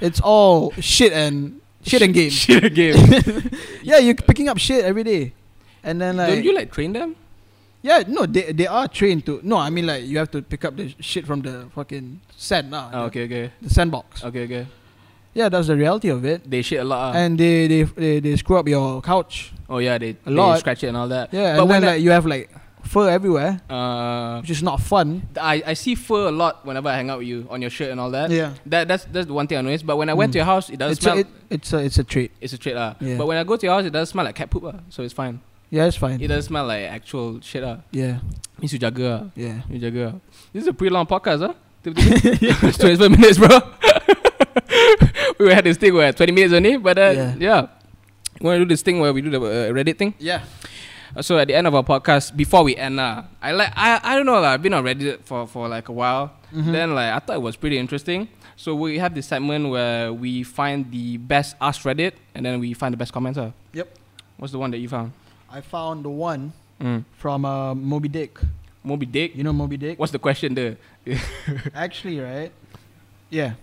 Speaker 2: it's all shit and shit and game.
Speaker 1: Shit and game.
Speaker 2: yeah, you're picking up shit every day, and then like
Speaker 1: Don't you like train them?
Speaker 2: yeah, no, they they are trained to. No, I mean like you have to pick up the shit from the fucking sand. Uh,
Speaker 1: Oh, okay, okay,
Speaker 2: The sandbox.
Speaker 1: okay, okay.
Speaker 2: Yeah, that's the reality of it.
Speaker 1: They shit a lot. ah.
Speaker 2: And they, they they they screw up your couch.
Speaker 1: oh yeah, they,
Speaker 2: lot.
Speaker 1: they scratch it and all that.
Speaker 2: Yeah,
Speaker 1: But
Speaker 2: and
Speaker 1: when
Speaker 2: then
Speaker 1: I-
Speaker 2: like you have like fur everywhere,
Speaker 1: Uh,
Speaker 2: which is not fun.
Speaker 1: I, I see fur a lot whenever I hang out with you on your shirt and all that.
Speaker 2: Yeah.
Speaker 1: That that's that's the one thing I noticed. But when I went
Speaker 2: Mm.
Speaker 1: to your house, it doesn't
Speaker 2: It's
Speaker 1: smell.
Speaker 2: a, it, it's a it's a treat.
Speaker 1: it's a treat lah.
Speaker 2: Yeah.
Speaker 1: But when I go to your house, it doesn't smell like cat poop lah. So it's fine.
Speaker 2: Yeah, it's fine.
Speaker 1: It doesn't smell like actual shit lah.
Speaker 2: yeah,
Speaker 1: Means you jaga lah.
Speaker 2: yeah.
Speaker 1: You jaga. lah. This is a pretty long podcast huh? It's 25 minutes bro. we had this thing where 20 minutes only, but uh, yeah.
Speaker 2: Yeah.
Speaker 1: We want to do this thing where we do the uh, Reddit thing.
Speaker 2: Yeah.
Speaker 1: Uh, So at the end of our podcast, before we end, uh, I like I, I don't know lah. I've been on Reddit for, for like a while.
Speaker 2: Mm-hmm.
Speaker 1: Then like I thought it was pretty interesting. So we have this segment where we find the best Ask Reddit, and then we find the best commenter.
Speaker 2: Yep.
Speaker 1: What's the one that you found?
Speaker 2: I found the one
Speaker 1: Mm.
Speaker 2: from uh, Moby Dick.
Speaker 1: Moby Dick.
Speaker 2: You know Moby Dick?
Speaker 1: What's the question there?
Speaker 2: Actually, right? Yeah.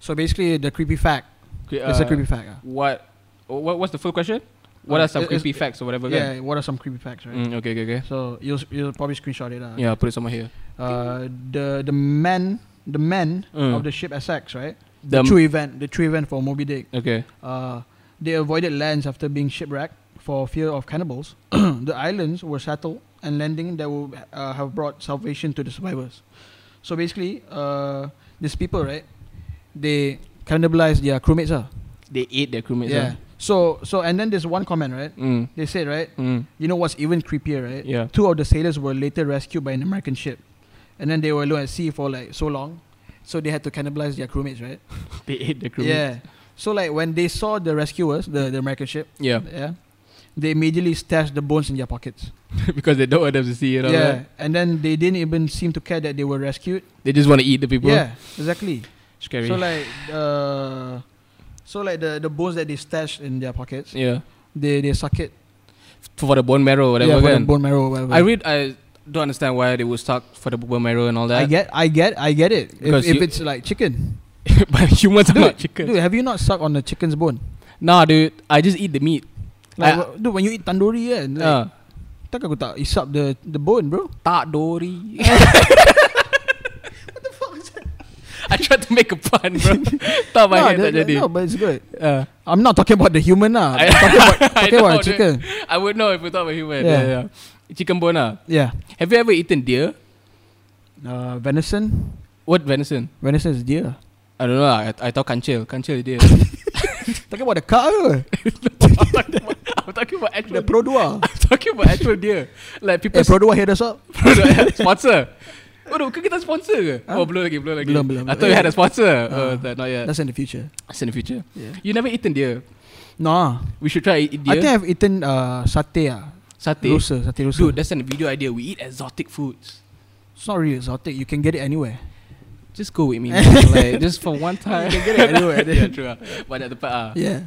Speaker 2: So basically, the creepy fact.
Speaker 1: Cre-
Speaker 2: it's a
Speaker 1: uh,
Speaker 2: creepy fact. ah.
Speaker 1: What? What? What's the full question? What
Speaker 2: Uh,
Speaker 1: are some
Speaker 2: it- it's-
Speaker 1: creepy facts or whatever?
Speaker 2: Yeah.
Speaker 1: kan?
Speaker 2: What are some creepy facts, right?
Speaker 1: Mm, okay. Okay. Okay.
Speaker 2: So you'll you'll probably screenshot it. ah.
Speaker 1: Yeah. Put it somewhere here.
Speaker 2: Uh, the the men the men
Speaker 1: Mm.
Speaker 2: of the ship Essex, right? The,
Speaker 1: The m-
Speaker 2: true event, the true event for Moby Dick.
Speaker 1: Okay.
Speaker 2: Uh, they avoided lands after being shipwrecked for fear of cannibals. the islands were settled and landing that would uh, have brought salvation to the survivors. So basically, uh, these people, right? They cannibalized their crewmates, ah.
Speaker 1: They ate their crewmates. ah.
Speaker 2: Yeah. So so and then there's one comment, right?
Speaker 1: huh? Mm.
Speaker 2: They said, right?
Speaker 1: Mm.
Speaker 2: You know what's even creepier, right?
Speaker 1: Yeah.
Speaker 2: Two of the sailors were later rescued by an American ship, and then they were alone at sea for like so long, so they had to cannibalize their crewmates, right?
Speaker 1: They ate their crewmates.
Speaker 2: Yeah. So like when they saw the rescuers, the, the American ship,
Speaker 1: Yeah.
Speaker 2: yeah, they immediately stashed the bones in their pockets.
Speaker 1: because they don't want them to see it. all
Speaker 2: yeah,
Speaker 1: right?
Speaker 2: and then they didn't even seem to care that they were rescued.
Speaker 1: They just want to eat the people.
Speaker 2: Yeah, exactly.
Speaker 1: Scary.
Speaker 2: So like, uh, so like the, the bones that they stashed in their pockets,
Speaker 1: yeah.
Speaker 2: they they suck it.
Speaker 1: For the bone marrow,
Speaker 2: yeah,
Speaker 1: whatever.
Speaker 2: for the
Speaker 1: kan?
Speaker 2: bone marrow, or whatever.
Speaker 1: I read. I don't understand why they would suck for the bone marrow and all
Speaker 2: I
Speaker 1: that.
Speaker 2: get, I get, I get it. If,
Speaker 1: Because
Speaker 2: if
Speaker 1: you-
Speaker 2: it's like chicken,
Speaker 1: but humans are
Speaker 2: Dude,
Speaker 1: not chickens.
Speaker 2: dude, have you not sucked on a chicken's bone?
Speaker 1: Nah, dude. I just eat the meat.
Speaker 2: Like,
Speaker 1: I-
Speaker 2: wh- dude, when you eat tandoori, yeah, like,
Speaker 1: Uh,
Speaker 2: tak aku tak isap the the bone, bro.
Speaker 1: tak dori. I tried to make a pun, bro. tak
Speaker 2: no,
Speaker 1: banyak tak
Speaker 2: that-
Speaker 1: jadi.
Speaker 2: no, but it's good.
Speaker 1: Uh,
Speaker 2: I'm not talking about the human lah.
Speaker 1: I-
Speaker 2: I'm talking about,
Speaker 1: I
Speaker 2: talking about
Speaker 1: know,
Speaker 2: the chicken.
Speaker 1: I would know if we talk about human. Yeah.
Speaker 2: Yeah.
Speaker 1: yeah, Chicken bone. ah.
Speaker 2: Yeah.
Speaker 1: Have you ever eaten deer?
Speaker 2: Uh, venison.
Speaker 1: What venison?
Speaker 2: Venison is deer.
Speaker 1: I don't know. ah. I I thought kancil. Kancil is deer.
Speaker 2: Talking about the car ke?
Speaker 1: I'm talking about, I'm talking about actual
Speaker 2: The Pro Dua.
Speaker 1: I'm talking about actual deer. Like people
Speaker 2: eh, Pro Dua hit us up.
Speaker 1: sponsor. Oh, no, ke kita sponsor ke?
Speaker 2: Huh?
Speaker 1: Oh, belum lagi, belum lagi.
Speaker 2: Belum, belum, belum.
Speaker 1: I thought we had a sponsor.
Speaker 2: Ah.
Speaker 1: Oh, that, not yet.
Speaker 2: That's in the future.
Speaker 1: That's in the future.
Speaker 2: Yeah.
Speaker 1: You never eaten deer.
Speaker 2: Nah.
Speaker 1: We should try eat
Speaker 2: I think
Speaker 1: deer.
Speaker 2: I've eaten uh, satay ah.
Speaker 1: Satay.
Speaker 2: Rusa, satay rusa.
Speaker 1: Dude, that's a video idea. We eat exotic foods.
Speaker 2: it's not really exotic. You can get it anywhere.
Speaker 1: Just go with me. man. like, just for one time.
Speaker 2: You can get it anywhere,
Speaker 1: yeah,
Speaker 2: then.
Speaker 1: true. ah. But at the part, ah.
Speaker 2: Yeah.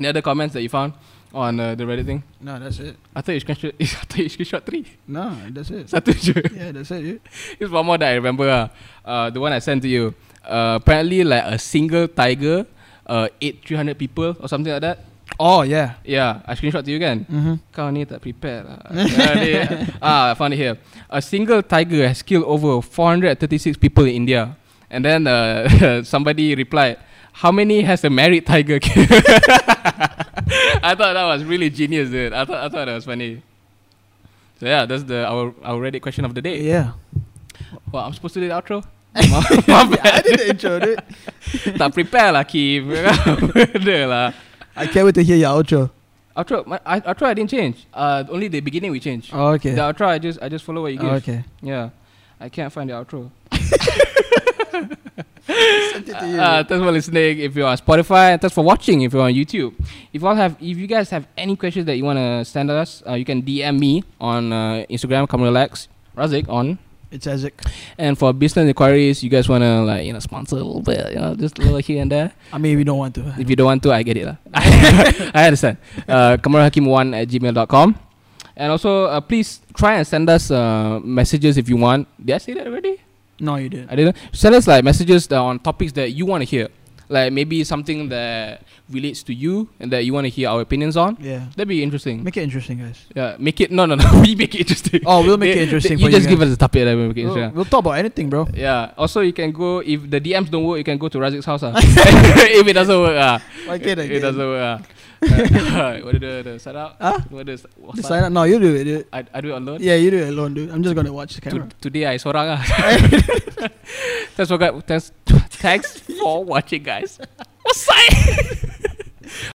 Speaker 1: any other comments that you found on uh, the Reddit thing?
Speaker 2: No, that's it.
Speaker 1: I thought you screenshot, I thought you screenshot three.
Speaker 2: No, that's it.
Speaker 1: Satu je.
Speaker 2: yeah, that's it. dude.
Speaker 1: Here's one more that I remember. ah. Uh, the one I sent to you. Uh, apparently, like a single tiger uh, ate 300 people or something like that.
Speaker 2: Oh yeah.
Speaker 1: Yeah, I screenshot to you kan.
Speaker 2: Mm-hmm.
Speaker 1: Kau ni tak prepare lah. Ah, ni- ah, I found it here. A single tiger has killed over 436 people in India. And then uh, somebody replied, how many has a married tiger killed? I thought that was really genius, dude. I thought, I thought that was funny. So yeah, that's the our, our Reddit question of the day.
Speaker 2: Yeah.
Speaker 1: Well, I'm supposed to do the outro? My-
Speaker 2: I
Speaker 1: my bad.
Speaker 2: did the intro, dude.
Speaker 1: tak prepare lah, Kim. Benda lah.
Speaker 2: I can't wait to hear your outro.
Speaker 1: Outro, my, I, outro I didn't change. Uh, only the beginning we changed.
Speaker 2: Oh, okay.
Speaker 1: The outro I just I just follow what you give.
Speaker 2: Oh, okay.
Speaker 1: Yeah. I can't find the outro.
Speaker 2: Send it to you.
Speaker 1: Uh, thanks for listening if you're on Spotify. and Thanks for watching if you're on YouTube. If you all have if you guys have any questions that you wanna send us, uh, you can DM me on uh, Instagram, come relax. Razik on.
Speaker 2: it's Isaac.
Speaker 1: And for business inquiries, you guys wanna like, you know, sponsor a little bit, you know, just a little here and there.
Speaker 2: I mean, we don't want to.
Speaker 1: If you don't want to, I get it. lah. I understand. Uh, KamaraHakim1 at gmail.com. And also, uh, please try and send us uh, messages if you want. Did I say that already?
Speaker 2: No, you didn't.
Speaker 1: I didn't. Send us like messages that on topics that you want to hear. like maybe something that relates to you and that you want to hear our opinions on.
Speaker 2: Yeah.
Speaker 1: That'd be interesting.
Speaker 2: Make it interesting, guys.
Speaker 1: yeah, make it no no no. we make it interesting.
Speaker 2: Oh, we'll make
Speaker 1: They-
Speaker 2: it interesting
Speaker 1: they- You
Speaker 2: for you
Speaker 1: just give
Speaker 2: guys.
Speaker 1: us a topic and we make it
Speaker 2: We'll,
Speaker 1: interesting.
Speaker 2: we'll talk about anything, bro.
Speaker 1: Yeah. Also, you can go if the DMs don't work, you can go to Razik's house. ah. if it doesn't work, ah,
Speaker 2: Why
Speaker 1: it,
Speaker 2: can't I
Speaker 1: it
Speaker 2: get
Speaker 1: doesn't work. Ah, what do the, the sign out?
Speaker 2: Huh?
Speaker 1: What is what
Speaker 2: Just sign up. No, you do it. Dude.
Speaker 1: I, I do it alone.
Speaker 2: Yeah, you do it alone, dude. I'm just gonna watch the
Speaker 1: To,
Speaker 2: camera.
Speaker 1: today I sorang ah. thanks for gu- thanks thanks for watching guys. What's that?